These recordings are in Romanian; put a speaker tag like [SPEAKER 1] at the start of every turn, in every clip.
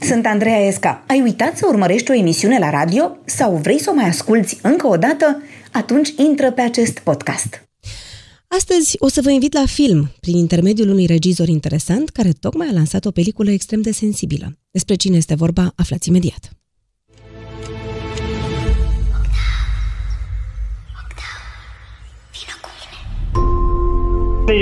[SPEAKER 1] Sunt Andreea Esca. Ai uitat să urmărești o emisiune la radio sau vrei să o mai asculți încă o dată? Atunci intră pe acest podcast.
[SPEAKER 2] Astăzi o să vă invit la film, prin intermediul unui regizor interesant care tocmai a lansat o peliculă extrem de sensibilă. Despre cine este vorba, aflați imediat.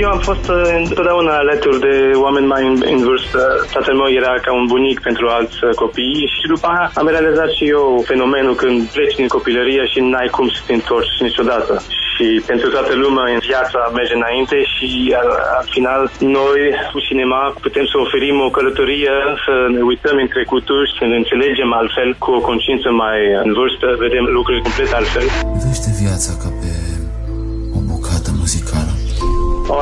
[SPEAKER 3] Eu am fost uh, întotdeauna alături de oameni mai în, în vârstă. Tatăl meu era ca un bunic pentru alți uh, copii și după aia am realizat și eu fenomenul când pleci din copilărie și n-ai cum să te întorci niciodată. Și pentru toată lumea în viața merge înainte și al, al final noi cu cinema putem să oferim o călătorie, să ne uităm în trecuturi, să ne înțelegem altfel cu o conștiință mai în vârstă, vedem lucruri complet altfel.
[SPEAKER 4] Privește viața ca pe o bucată muzicală.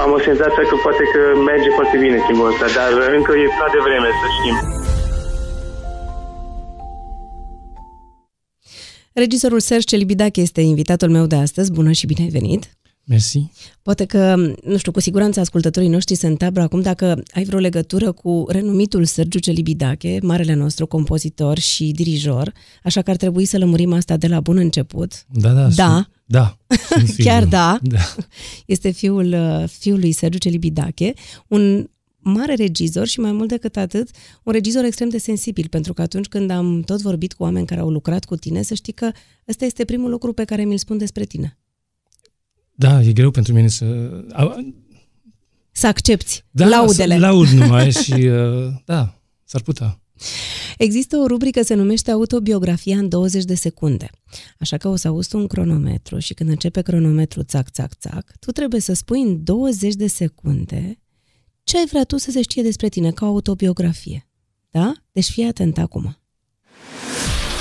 [SPEAKER 3] Am o senzație că poate că merge foarte bine timpul ăsta, dar încă e prea de vreme să știm.
[SPEAKER 2] Regizorul Serge Celibidache este invitatul meu de astăzi. Bună și bine ai venit!
[SPEAKER 5] Mersi.
[SPEAKER 2] Poate că, nu știu, cu siguranță ascultătorii noștri se întreabă acum dacă ai vreo legătură cu renumitul Sergiu Celibidache, marele nostru compozitor și dirijor, așa că ar trebui să lămurim asta de la bun început.
[SPEAKER 5] Da, da.
[SPEAKER 2] Da.
[SPEAKER 5] Sunt, da. sunt sigur.
[SPEAKER 2] Chiar da.
[SPEAKER 5] da.
[SPEAKER 2] Este fiul, uh, fiul lui Sergiu Celibidache, un mare regizor și mai mult decât atât, un regizor extrem de sensibil, pentru că atunci când am tot vorbit cu oameni care au lucrat cu tine, să știi că ăsta este primul lucru pe care mi-l spun despre tine.
[SPEAKER 5] Da, e greu pentru mine să... a-
[SPEAKER 2] Să accepti
[SPEAKER 5] Da,
[SPEAKER 2] laudele.
[SPEAKER 5] Să laud numai și... uh, Da, s-ar putea.
[SPEAKER 2] Există o rubrică se numește Autobiografia în 20 de secunde. Așa că o să auzi tu un cronometru și când începe cronometru țac, țac, țac, tu trebuie să spui în 20 de secunde ce ai vrea tu să se știe despre tine ca autobiografie. Da? Deci fii atent acum.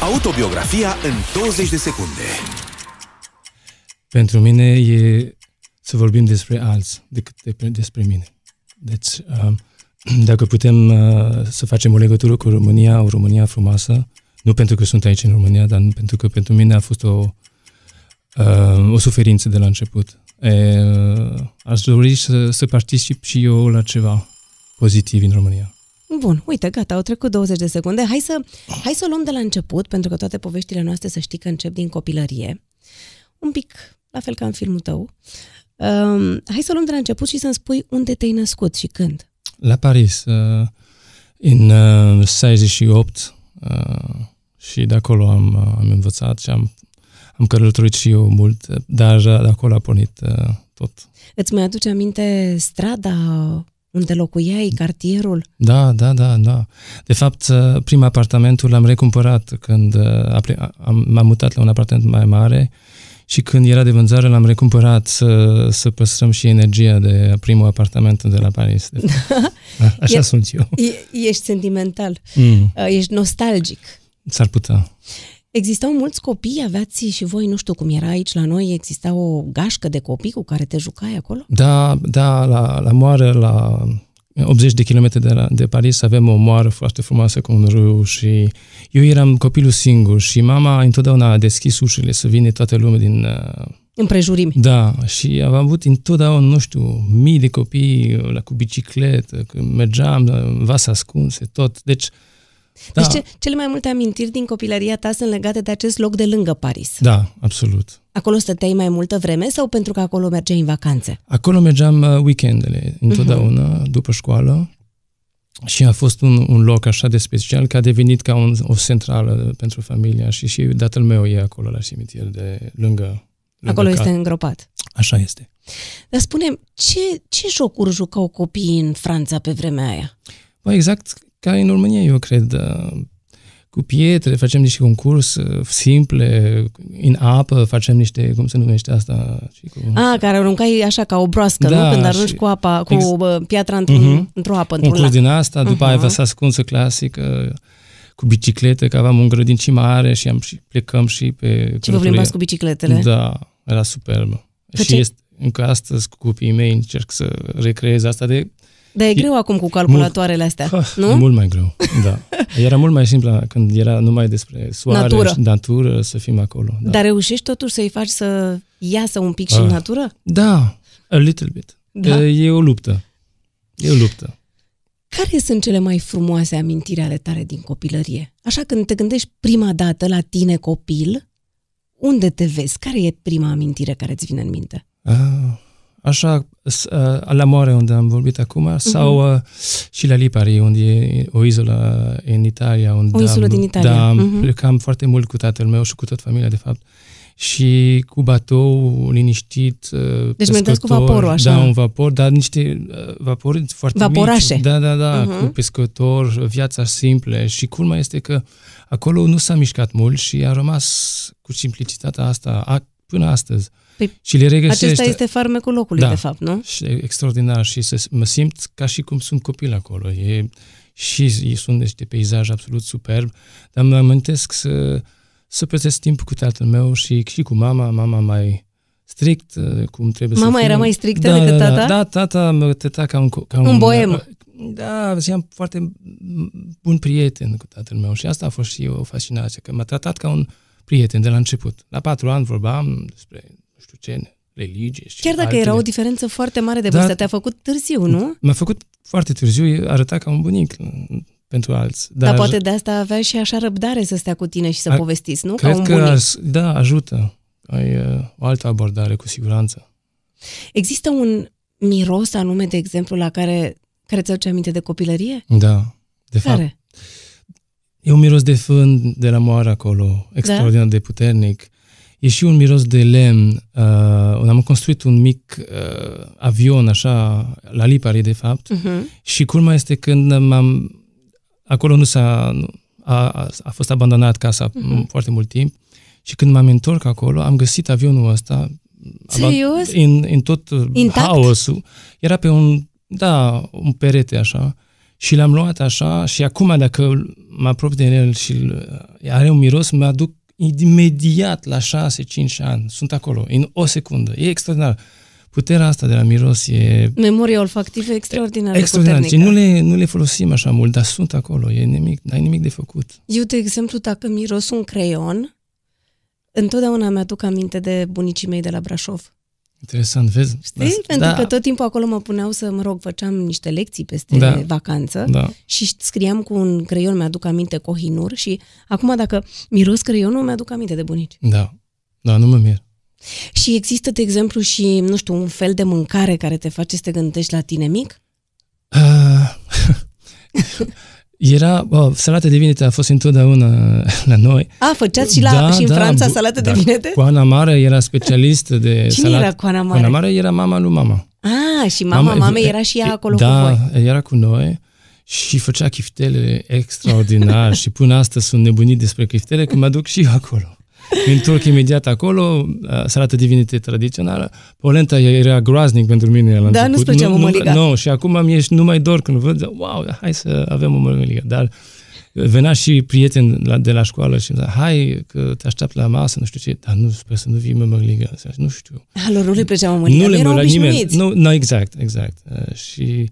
[SPEAKER 6] Autobiografia în 20 de secunde.
[SPEAKER 5] Pentru mine e să vorbim despre alți decât de- despre mine. Deci, uh, dacă putem uh, să facem o legătură cu România, o România frumoasă, nu pentru că sunt aici în România, dar nu pentru că pentru mine a fost o, uh, o suferință de la început. E, uh, aș dori să, să particip și eu la ceva pozitiv în România.
[SPEAKER 2] Bun, uite, gata, au trecut 20 de secunde. Hai să, hai să o luăm de la început, pentru că toate poveștile noastre să știi că încep din copilărie. Un pic, la fel ca în filmul tău. Um, hai să o luăm de la început și să-mi spui unde te-ai născut și când.
[SPEAKER 5] La Paris, uh, în uh, 68 uh, și de acolo am, uh, am învățat și am, am călătorit și eu mult, uh, dar uh, de acolo a pornit uh, tot.
[SPEAKER 2] Îți mai aduce aminte strada unde locuiai, cartierul?
[SPEAKER 5] Da, da, da, da. De fapt, uh, prim apartamentul l-am recumpărat când uh, a ple- am, m-am mutat la un apartament mai mare și când era de vânzare l-am recumpărat să, să păstrăm și energia de primul apartament de la Paris. De fapt. A- Așa
[SPEAKER 2] E-
[SPEAKER 5] sunt eu.
[SPEAKER 2] E- ești sentimental,
[SPEAKER 5] Mm,
[SPEAKER 2] uh, ești nostalgic.
[SPEAKER 5] s-ar putea.
[SPEAKER 2] Existau mulți copii, aveați și voi, nu știu cum era aici la noi, exista o gașcă de copii cu care te jucai acolo?
[SPEAKER 5] Da, da, la, la moară, la 80 de kilometri de, la, de Paris, avem o moară foarte frumoasă cu un râu și eu eram copilul singur și mama întotdeauna a deschis ușile să vină toată lumea din... uh,
[SPEAKER 2] Împrejurimi.
[SPEAKER 5] Da, și am avut întotdeauna, nu știu, mii de copii uh, la, cu bicicletă, când mergeam, uh, vase ascunse, tot. Deci, da,
[SPEAKER 2] Deci ce, cele mai multe amintiri din copilăria ta sunt legate de acest loc de lângă Paris.
[SPEAKER 5] da, absolut.
[SPEAKER 2] Acolo stăteai mai multă vreme sau pentru că acolo mergeai în vacanțe?
[SPEAKER 5] Acolo mergeam uh, weekendele, întotdeauna,
[SPEAKER 2] Mhm.
[SPEAKER 5] uh-huh. după școală. Și a fost un, un loc așa de special că a devenit ca un, o centrală pentru familia și și tatăl meu e acolo la cimitir de lângă, lângă
[SPEAKER 2] Acolo
[SPEAKER 5] cat.
[SPEAKER 2] este îngropat.
[SPEAKER 5] Așa este.
[SPEAKER 2] Dar spune ce, ce jocuri jucau copiii în Franța pe vremea aia?
[SPEAKER 5] Bă, exact ca în România, eu cred. uh, Cu pietre facem niște concurs uh, simple, în apă facem niște, cum se numește asta? Și cu...
[SPEAKER 2] A, care aruncai așa ca o broască,
[SPEAKER 5] Da,
[SPEAKER 2] nu? Când arunci
[SPEAKER 5] și-
[SPEAKER 2] cu apa, cu
[SPEAKER 5] Ex-
[SPEAKER 2] bă, piatra într-un,
[SPEAKER 5] Mhm.
[SPEAKER 2] într-o apă,
[SPEAKER 5] un
[SPEAKER 2] într-un
[SPEAKER 5] curs
[SPEAKER 2] lac.
[SPEAKER 5] din asta, după uh-huh. aia
[SPEAKER 2] Mhm.
[SPEAKER 5] vă s-a ascuns clasic uh, cu bicicletă, că aveam un grădin și mare și am și plecăm și pe...
[SPEAKER 2] Și vă plimbați cu bicicletele.
[SPEAKER 5] Da, era superb.
[SPEAKER 2] Pe
[SPEAKER 5] și
[SPEAKER 2] ce-
[SPEAKER 5] este, încă astăzi cu copiii mei încerc să recreez asta de...
[SPEAKER 2] Dar e greu acum cu calculatoarele astea,
[SPEAKER 5] E
[SPEAKER 2] nu?
[SPEAKER 5] Ah, mult mai greu, da. Era mult mai simplu când era numai despre soare
[SPEAKER 2] Natură.
[SPEAKER 5] și natură să fim acolo. Da.
[SPEAKER 2] Dar reușești totuși să-i faci să iasă un pic și în
[SPEAKER 5] Ah.
[SPEAKER 2] natură?
[SPEAKER 5] da, a little bit.
[SPEAKER 2] Da.
[SPEAKER 5] E, e o luptă. E o luptă.
[SPEAKER 2] Care sunt cele mai frumoase amintiri ale tale din copilărie? Așa când te gândești prima dată la tine copil, unde te vezi? Care e prima amintire care îți vine în minte?
[SPEAKER 5] Ah, Așa, s- uh, la Mare, unde am vorbit acum,
[SPEAKER 2] Mhm.
[SPEAKER 5] sau uh, și la Lipari, unde e o izolă în Italia. Unde
[SPEAKER 2] O insulă
[SPEAKER 5] am,
[SPEAKER 2] din Italia,
[SPEAKER 5] Da, am
[SPEAKER 2] mhm.
[SPEAKER 5] plecam foarte mult cu tatăl meu și cu tot familia, de fapt. Și cu batou, liniștit, uh,
[SPEAKER 2] Deci mergeați cu
[SPEAKER 5] pescător,
[SPEAKER 2] vaporul, așa.
[SPEAKER 5] Da, un vapor, dar niște uh, vapori foarte
[SPEAKER 2] Vaporașe. Mhm.
[SPEAKER 5] mici. Da, da, da, uh-huh. cu pescător, viața simplă. Și culmea este că acolo nu s-a mișcat mult și a rămas cu simplicitatea asta a, până astăzi.
[SPEAKER 2] Păi,
[SPEAKER 5] și le regăsește.
[SPEAKER 2] Acesta este farmecul locului,
[SPEAKER 5] Da.
[SPEAKER 2] de fapt, nu?
[SPEAKER 5] Și e extraordinar și să mă simt ca și cum sunt copil acolo. E, și e- sunt niște peisaje absolut superb, dar mă amintesc să, să petrec timp cu tatăl meu și, și cu mama, mama mai strict, uh, cum trebuie să
[SPEAKER 2] Mama
[SPEAKER 5] fim.
[SPEAKER 2] era mai strictă
[SPEAKER 5] da,
[SPEAKER 2] decât
[SPEAKER 5] da,
[SPEAKER 2] tata?
[SPEAKER 5] Da, da, tata mă tăta ca un... co- Ca un,
[SPEAKER 2] boem.
[SPEAKER 5] Da, eram foarte bun prieten cu tatăl meu și asta a fost și o fascinație, că m-a tratat ca un prieten de la început. La patru ani vorbeam despre, nu știu ce, religie și
[SPEAKER 2] Chiar dacă
[SPEAKER 5] altele.
[SPEAKER 2] era o diferență foarte mare de
[SPEAKER 5] Da.
[SPEAKER 2] vârstă, te-a făcut târziu, nu? Dar,
[SPEAKER 5] M-a făcut foarte târziu, arăta ca un bunic pentru alți. Dar,
[SPEAKER 2] poate de asta avea și așa răbdare să stea cu tine și să
[SPEAKER 5] Ar-
[SPEAKER 2] povestiți, nu? Ca
[SPEAKER 5] cred
[SPEAKER 2] un
[SPEAKER 5] că,
[SPEAKER 2] bunic.
[SPEAKER 5] as- da, ajută. Ai uh, o altă abordare, cu siguranță.
[SPEAKER 2] Există un miros anume, de exemplu, la care, care ți aduce aminte de copilărie?
[SPEAKER 5] Da, de fapt.
[SPEAKER 2] Care?
[SPEAKER 5] E un miros de fân de la moară acolo, extraordinar de puternic. E și un miros de lemn. Uh, am construit un mic uh, avion, așa, la Lipari, de fapt.
[SPEAKER 2] Uh-huh.
[SPEAKER 5] Și culmea este când m-am... Acolo nu s-a... nu- A, a, a fost abandonat casa uh-huh. foarte mult timp și când m-am întors acolo, am găsit avionul ăsta
[SPEAKER 2] Serios?
[SPEAKER 5] aban- în, în tot uh,
[SPEAKER 2] Intact?
[SPEAKER 5] haosul. Era pe un, da, un perete așa și l-am luat așa și acum dacă îl- mă apropii de el și îl- uh, are un miros, mă aduc imediat la 6-5 ani. Sunt acolo, în o secundă. E extraordinar. Puterea asta de la miros e
[SPEAKER 2] Memoria olfactivă extraordinar,
[SPEAKER 5] Extraordinar.
[SPEAKER 2] de
[SPEAKER 5] Și
[SPEAKER 2] puternică.
[SPEAKER 5] nu le, nu le folosim așa mult, dar sunt acolo. E nimic, n-ai nimic de făcut.
[SPEAKER 2] Eu, de exemplu, dacă miros un creion, întotdeauna mi-aduc aminte de bunicii mei de la Brașov.
[SPEAKER 5] Interesant, vezi?
[SPEAKER 2] Știi?
[SPEAKER 5] Asta-
[SPEAKER 2] Pentru
[SPEAKER 5] da,
[SPEAKER 2] că tot timpul acolo mă puneau să, mă rog, făceam niște lecții peste
[SPEAKER 5] Da.
[SPEAKER 2] vacanță
[SPEAKER 5] Da.
[SPEAKER 2] și scriam cu un creion, mi-aduc aminte cohinur și acum dacă miros creionul, mi-aduc aminte de bunici.
[SPEAKER 5] Da. Da, nu mă mir.
[SPEAKER 2] Și există, de exemplu, și, nu știu, un fel de mâncare care te face să te gândești la tine mic?
[SPEAKER 5] Ah, Era, bă, salata de vinete a fost întotdeauna la noi.
[SPEAKER 2] A, făceați și, la, da, și în Franța
[SPEAKER 5] bu-
[SPEAKER 2] salată
[SPEAKER 5] da,
[SPEAKER 2] de vinete?
[SPEAKER 5] Coana Mare era specialistă de
[SPEAKER 2] Cine
[SPEAKER 5] salat.
[SPEAKER 2] era Coana Mare?
[SPEAKER 5] Coana Mare era mama lui mama.
[SPEAKER 2] A, și mama, mama mamei era și ea acolo
[SPEAKER 5] da,
[SPEAKER 2] cu voi.
[SPEAKER 5] era cu noi și făcea chiftele extraordinar și până astăzi sunt nebunit despre chiftele că mă duc și eu acolo. Mă întorc imediat acolo, uh, salată divinitate tradițională. Polenta era groaznic pentru mine la
[SPEAKER 2] Da,
[SPEAKER 5] început.
[SPEAKER 2] nu-ți plăcea mămăliga.
[SPEAKER 5] Nu, și acum am ieșit, nu mai dor când văd, zic, wow, hai să avem o mămăligă. Dar venea și prieten la, de la școală și îmi zicea, hai că te aștept la masă, nu știu ce, dar nu, sper să nu vii mămăligă. Zic, Nu știu.
[SPEAKER 2] A, lor nu le plăcea mămăliga,
[SPEAKER 5] Nu le
[SPEAKER 2] erau
[SPEAKER 5] mă la nimeni.
[SPEAKER 2] obișnuiți.
[SPEAKER 5] Nu, nu, exact, exact. Uh, și,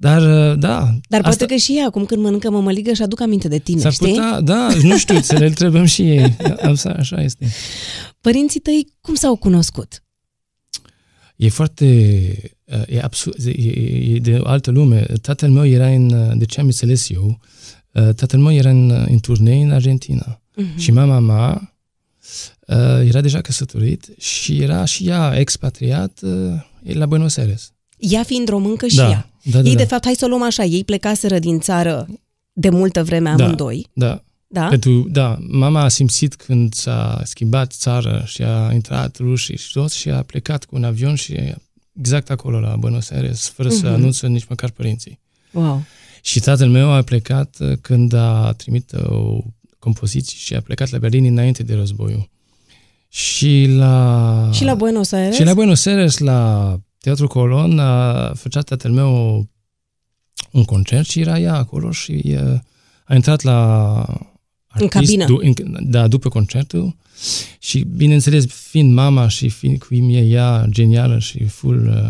[SPEAKER 5] dar, uh, da.
[SPEAKER 2] Dar poate că și ea, acum când mănâncă mămăligă, își aduc aminte de tine,
[SPEAKER 5] S-ar
[SPEAKER 2] știi?
[SPEAKER 5] putea, da, nu știu, să le întrebăm și ei. Așa, așa este.
[SPEAKER 2] Părinții tăi cum s-au cunoscut?
[SPEAKER 5] E foarte, uh, e, absurd, e, e- e de o altă lume. Tatăl meu era în, uh, de ce am înțeles eu, uh, tatăl meu era în, uh, în turnee în Argentina.
[SPEAKER 2] Mhm.
[SPEAKER 5] Și mama mea uh, era deja căsătorit și era și ea expatriat uh, la Buenos Aires.
[SPEAKER 2] Ea fiind româncă și
[SPEAKER 5] Da,
[SPEAKER 2] ea.
[SPEAKER 5] da, da,
[SPEAKER 2] ei,
[SPEAKER 5] da.
[SPEAKER 2] de fapt, hai să o luăm așa, ei plecaseră din țară de multă vreme amândoi,
[SPEAKER 5] Da.
[SPEAKER 2] da? da?
[SPEAKER 5] Pentru, da, mama a simțit când s-a schimbat țara și a intrat rușii și tot și a plecat cu un avion și exact acolo la Buenos Aires, fără
[SPEAKER 2] Mhm.
[SPEAKER 5] să anunță nici măcar părinții.
[SPEAKER 2] Wow.
[SPEAKER 5] Și tatăl meu a plecat uh, când a trimit uh, o compoziție și a plecat la Berlin înainte de războiul. Și la...
[SPEAKER 2] Și la Buenos Aires?
[SPEAKER 5] Ah. Și la Buenos Aires, la Teatru Colon, a făcea tatăl meu un concert și era ea acolo și uh, a intrat la artist,
[SPEAKER 2] cabină.
[SPEAKER 5] Du- în, da, după concertul și, bineînțeles, fiind mama și fiind cum e ea genială și full uh,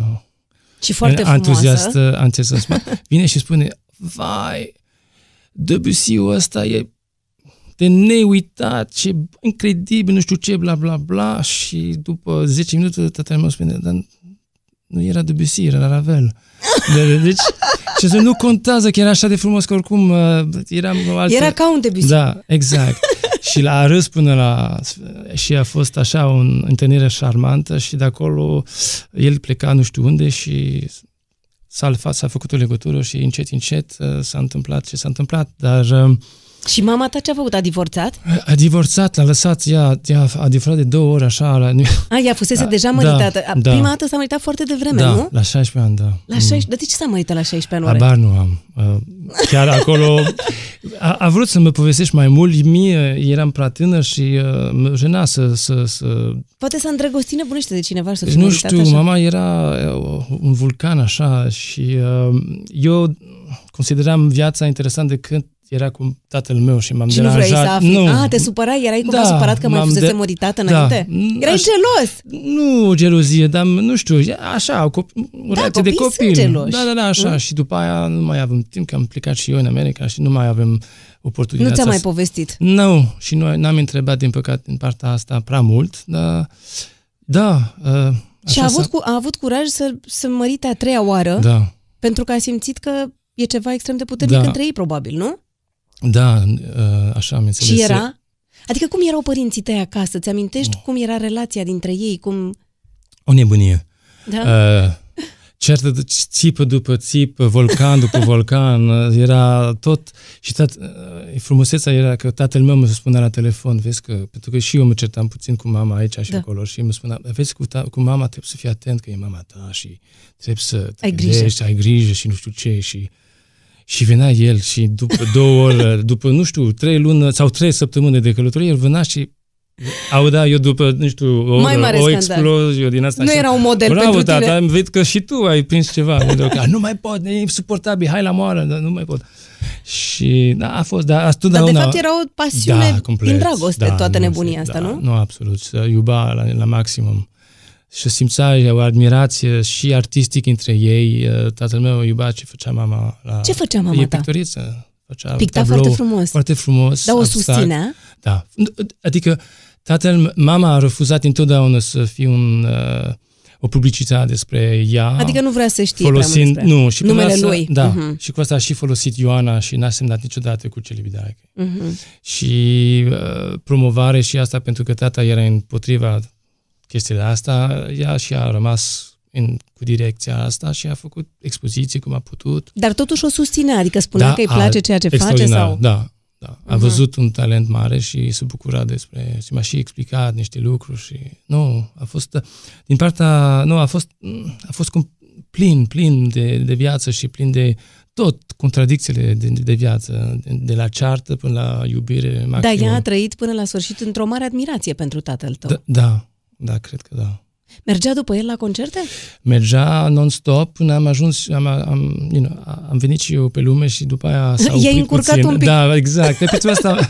[SPEAKER 2] și Deci foarte frumoasă.
[SPEAKER 5] entuziastă, entuziasmat, vine și spune, vai, Debussy-ul ăsta e de neuitat, ce incredibil, nu știu ce, bla, bla, bla, și după 10 minute tatăl meu spune, dar nu era Debussy, era Ravel. De, deci, și să nu contează că era așa de frumos că oricum uh, eram o altă...
[SPEAKER 2] Era ca un Debussy.
[SPEAKER 5] Da, exact. și l-a râs până la... Și a fost așa o întâlnire șarmantă și de acolo el pleca nu știu unde și s-a, lăsat- s-a făcut o legătură și încet, încet uh, s-a întâmplat ce s-a întâmplat. Dar uh,
[SPEAKER 2] Și mama ta ce a făcut? A divorțat?
[SPEAKER 5] a divorțat, l-a lăsat, ea, ea a divorțat de două ori așa la...
[SPEAKER 2] A, ea fusese
[SPEAKER 5] Da,
[SPEAKER 2] deja
[SPEAKER 5] da,
[SPEAKER 2] măritată. A,
[SPEAKER 5] da.
[SPEAKER 2] Prima dată s-a măritat foarte devreme,
[SPEAKER 5] da,
[SPEAKER 2] nu?
[SPEAKER 5] la 16 ani, da.
[SPEAKER 2] La 16, dar de ce s-a măritat la 16 ani oare?
[SPEAKER 5] Habar nu am. Uh, Chiar acolo... A, a vrut să mă povestești mai mult. Mie eram prea tânăr și uh, mă jena să... să, să...
[SPEAKER 2] Poate s-a îndrăgostit nebunește de cineva și să
[SPEAKER 5] Deci
[SPEAKER 2] fie
[SPEAKER 5] nu
[SPEAKER 2] măritat
[SPEAKER 5] știu,
[SPEAKER 2] așa.
[SPEAKER 5] mama era uh, un vulcan așa și uh, eu consideram viața interesant de când era cu tatăl meu și m-am
[SPEAKER 2] Și nu
[SPEAKER 5] deranjat.
[SPEAKER 2] vrei să afli?
[SPEAKER 5] Nu.
[SPEAKER 2] A, te supărai? Erai cumva
[SPEAKER 5] Da,
[SPEAKER 2] supărat că mai
[SPEAKER 5] m-am
[SPEAKER 2] fusese
[SPEAKER 5] de-
[SPEAKER 2] măritată
[SPEAKER 5] Da.
[SPEAKER 2] înainte?
[SPEAKER 5] Mm,
[SPEAKER 2] Erai
[SPEAKER 5] aș-
[SPEAKER 2] gelos!
[SPEAKER 5] Nu o gelozie, dar nu știu, e așa, o cop- o
[SPEAKER 2] Da,
[SPEAKER 5] reacție de
[SPEAKER 2] copiii
[SPEAKER 5] copil.
[SPEAKER 2] sunt geloși.
[SPEAKER 5] Da, da, da, așa. Și după aia nu mai avem timp, că am plecat și eu în America și nu mai avem
[SPEAKER 2] Nu
[SPEAKER 5] oportunitatea.
[SPEAKER 2] ți-a mai
[SPEAKER 5] să-
[SPEAKER 2] povestit.
[SPEAKER 5] Nu, și nu, n-am întrebat, din păcate, din partea asta prea mult, dar da, uh,
[SPEAKER 2] Și
[SPEAKER 5] așa
[SPEAKER 2] a avut,
[SPEAKER 5] s-a-
[SPEAKER 2] cu, a avut curaj să, să mărite a treia oară,
[SPEAKER 5] Da,
[SPEAKER 2] pentru că a simțit că e ceva extrem de puternic
[SPEAKER 5] Da.
[SPEAKER 2] între ei, probabil, nu?
[SPEAKER 5] da, uh, așa am înțeles.
[SPEAKER 2] Și era? Adică cum erau părinții tăi acasă? Ți amintești cum era relația dintre ei? Cum...
[SPEAKER 5] O nebunie.
[SPEAKER 2] Da?
[SPEAKER 5] Uh, certă de- țipă după țipă, volcan după volcan, uh, era tot. Și tat, uh, frumusețea era că tatăl meu mă spunea la telefon, vezi că, pentru că și eu mă certam puțin cu mama aici și
[SPEAKER 2] Da.
[SPEAKER 5] da. acolo și mi spunea, vezi cu, ta, cu mama trebuie să fii atent că e mama ta și trebuie să te
[SPEAKER 2] Ai grijă.
[SPEAKER 5] gândești, ai grijă și nu știu ce și și venea el și după două ore, după, nu știu, trei luni sau trei săptămâni de călătorie, el venea și audea eu după, nu știu, o,
[SPEAKER 2] Mai mare
[SPEAKER 5] o
[SPEAKER 2] scandal.
[SPEAKER 5] explozie din asta.
[SPEAKER 2] Nu
[SPEAKER 5] și-
[SPEAKER 2] era un model
[SPEAKER 5] Bravo,
[SPEAKER 2] pentru
[SPEAKER 5] tata,
[SPEAKER 2] tine.
[SPEAKER 5] am văzut că și tu ai prins ceva. Mă duc, "A, nu mai pot, e insuportabil, hai la moară, dar nu mai pot. Și da, a fost, dar asta
[SPEAKER 2] Dar de fapt era o pasiune din dragoste, toată
[SPEAKER 5] da, nu,
[SPEAKER 2] nebunia
[SPEAKER 5] se-
[SPEAKER 2] asta, nu?
[SPEAKER 5] Nu, absolut, să iuba la, la maximum. Și simțea o admirație și artistic între ei. ă, Tatăl meu iubea ce făcea mama. La...
[SPEAKER 2] Ce făcea mama
[SPEAKER 5] E
[SPEAKER 2] ta?
[SPEAKER 5] pictoriță. Făcea
[SPEAKER 2] Picta
[SPEAKER 5] tablou
[SPEAKER 2] foarte frumos.
[SPEAKER 5] Foarte frumos.
[SPEAKER 2] Dar o
[SPEAKER 5] abstract.
[SPEAKER 2] susținea?
[SPEAKER 5] Da. Adică tatăl, mama a refuzat întotdeauna să fie un, uh, o publicitate despre ea.
[SPEAKER 2] Adică nu vrea să știe prea mult
[SPEAKER 5] folosind,
[SPEAKER 2] despre
[SPEAKER 5] nu, și cu
[SPEAKER 2] numele
[SPEAKER 5] asta,
[SPEAKER 2] lui.
[SPEAKER 5] Da,
[SPEAKER 2] Mhm.
[SPEAKER 5] și cu asta a și folosit Ioana și n-a semnat niciodată cu celibidache.
[SPEAKER 2] mhm.
[SPEAKER 5] Și uh, promovare și asta pentru că tata era împotriva chestiile astea, ea și a rămas în, cu direcția asta și a făcut expoziții cum a putut.
[SPEAKER 2] Dar totuși o susținea, adică spunea că îi
[SPEAKER 5] Da, a-
[SPEAKER 2] place ceea ce face
[SPEAKER 5] extraordinar,
[SPEAKER 2] sau... Mhm.
[SPEAKER 5] Da, da. A văzut un talent mare și se bucura despre, și m-a și explicat niște lucruri și, nu, a fost, din partea, nu, a fost, a fost cum plin, plin de, de viață și plin de tot contradicțiile de, de viață, de, de la ceartă până la iubire
[SPEAKER 2] Dar
[SPEAKER 5] maximă.
[SPEAKER 2] ea a trăit până la sfârșit într-o mare admirație pentru tatăl tău.
[SPEAKER 5] da, da, da, cred că da.
[SPEAKER 2] Mergea după el la concerte?
[SPEAKER 5] Mergea non-stop până am ajuns, am, am, you know, am venit și eu pe lume și după aia s-a
[SPEAKER 2] I-ai
[SPEAKER 5] oprit
[SPEAKER 2] încurcat
[SPEAKER 5] puțin.
[SPEAKER 2] un pic.
[SPEAKER 5] Da, exact. Pe pentru asta,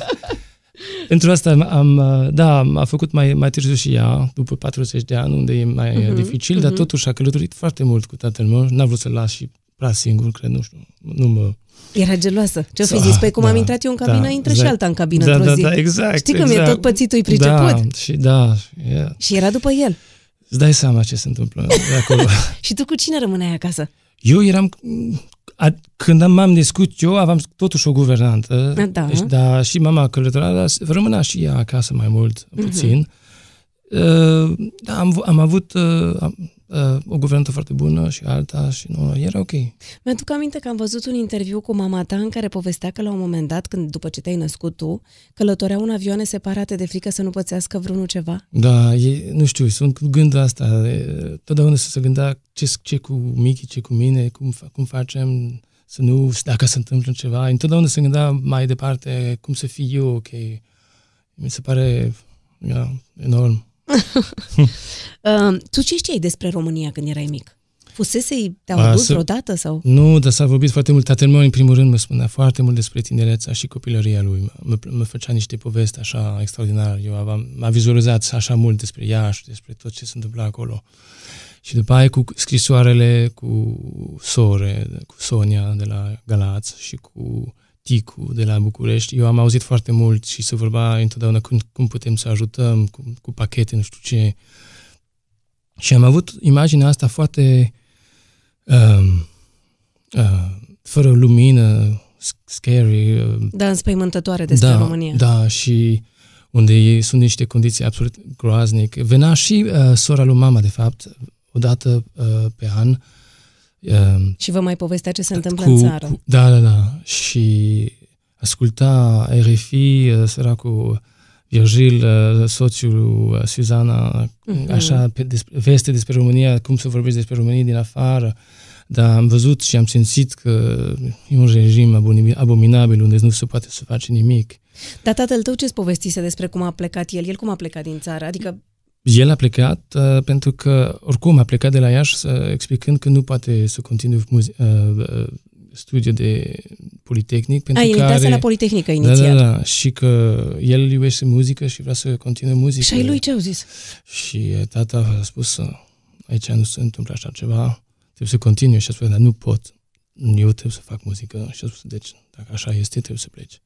[SPEAKER 5] pentru asta am- am, da, am- a făcut mai, mai târziu și ea, după 40 de ani, unde e mai
[SPEAKER 2] Mhm,
[SPEAKER 5] uh-huh, dificil, uh-huh. dar totuși a călătorit foarte mult cu tatăl meu. N-a vrut să-l las și prea singur, cred, nu știu, nu mă...
[SPEAKER 2] Era geloasă. Ce-o fi
[SPEAKER 5] Ah,
[SPEAKER 2] zis? Păi cum am
[SPEAKER 5] da,
[SPEAKER 2] intrat eu în
[SPEAKER 5] da,
[SPEAKER 2] cabină, intră și
[SPEAKER 5] exact.
[SPEAKER 2] alta în cabină
[SPEAKER 5] da,
[SPEAKER 2] într-o
[SPEAKER 5] da,
[SPEAKER 2] zi.
[SPEAKER 5] da, exact.
[SPEAKER 2] Știi cum e
[SPEAKER 5] exact.
[SPEAKER 2] tot pățitul, e priceput.
[SPEAKER 5] Da, și da, yeah.
[SPEAKER 2] Și era după el.
[SPEAKER 5] îți dai seama ce se întâmplă de acolo.
[SPEAKER 2] Și tu cu cine rămâneai acasă?
[SPEAKER 5] Eu eram... A, când am- m-am născut eu, aveam totuși o guvernantă.
[SPEAKER 2] Da.
[SPEAKER 5] Deci, da și mama călătorea, dar rămânea și ea acasă mai mult, puțin. Uh, da, am, v- am avut uh, am, uh, o guvernantă foarte bună și alta și nu, era ok.
[SPEAKER 2] Mi-aduc aminte că am văzut un interviu cu mama ta în care povestea că la un moment dat, când după ce te-ai născut tu, călătoreau în avioane separate de frică să nu pățească vreunul ceva.
[SPEAKER 5] Da, e, nu știu, sunt cu gândul asta. e, Totdeauna să se gândea ce, ce cu Michi, ce cu mine, cum, fa- cum facem, să nu, dacă se întâmplă ceva. Întotdeauna se gândea mai departe cum să fiu eu, ok. Mi se pare yeah, enorm.
[SPEAKER 2] Uh, tu ce știai despre România când erai mic? Fusesei, te-au
[SPEAKER 5] Ba,
[SPEAKER 2] adus
[SPEAKER 5] să-
[SPEAKER 2] vreodată sau?
[SPEAKER 5] Nu, dar s-a vorbit foarte mult. Tatăl meu, în primul rând, mă spunea foarte mult despre tinerețea și copilăria lui. Mă- Mă, mă făcea niște povesti așa extraordinare. Eu aveam, m-a vizualizat așa mult despre ea și despre tot ce se întâmpla acolo. Și după aia cu scrisoarele cu sore, cu Sonia de la Galați și cu Ticu de la București, eu am auzit foarte mult și se vorba întotdeauna cum, cum putem să ajutăm, cu, cu pachete, nu știu ce. Și am avut imaginea asta foarte um, uh, fără lumină, sc- scary, uh,
[SPEAKER 2] Da, înspăimântătoare despre
[SPEAKER 5] da,
[SPEAKER 2] România.
[SPEAKER 5] Da, și unde e- sunt niște condiții absolut groaznice. Venea și uh, sora lui mama, de fapt, odată uh, pe an. Uh,
[SPEAKER 2] Și vă mai povestea ce se întâmplă în țară.
[SPEAKER 5] Cu, da, da, da. Și asculta RFI, uh, săracul Virgil, uh, soțiul uh, Suzana,
[SPEAKER 2] Mhm.
[SPEAKER 5] uh-huh. așa, pe, despre, veste despre România, cum să vorbești despre România din afară. Dar am văzut și am simțit că e un regim abomin- abominabil unde nu se poate să face nimic.
[SPEAKER 2] Dar tatăl tău ce-ți povestise despre cum a plecat el? El cum a plecat din țară? Adică,
[SPEAKER 5] El a plecat uh, pentru că, oricum, a plecat de la Iași uh, explicând că nu poate să continue muze- uh, uh, studiul de Politehnic.
[SPEAKER 2] a,
[SPEAKER 5] Pentru
[SPEAKER 2] el
[SPEAKER 5] că
[SPEAKER 2] intrase
[SPEAKER 5] are...
[SPEAKER 2] la Politehnică
[SPEAKER 5] da,
[SPEAKER 2] inițial.
[SPEAKER 5] da, da, și că el iubește muzică și vrea să continue muzică.
[SPEAKER 2] Și ai lui ce au zis?
[SPEAKER 5] Și uh, tata a spus uh, aici nu se întâmplă așa ceva, trebuie să continui și a spus, dar nu pot, eu trebuie să fac muzică și a spus, deci, dacă așa este, trebuie să pleci.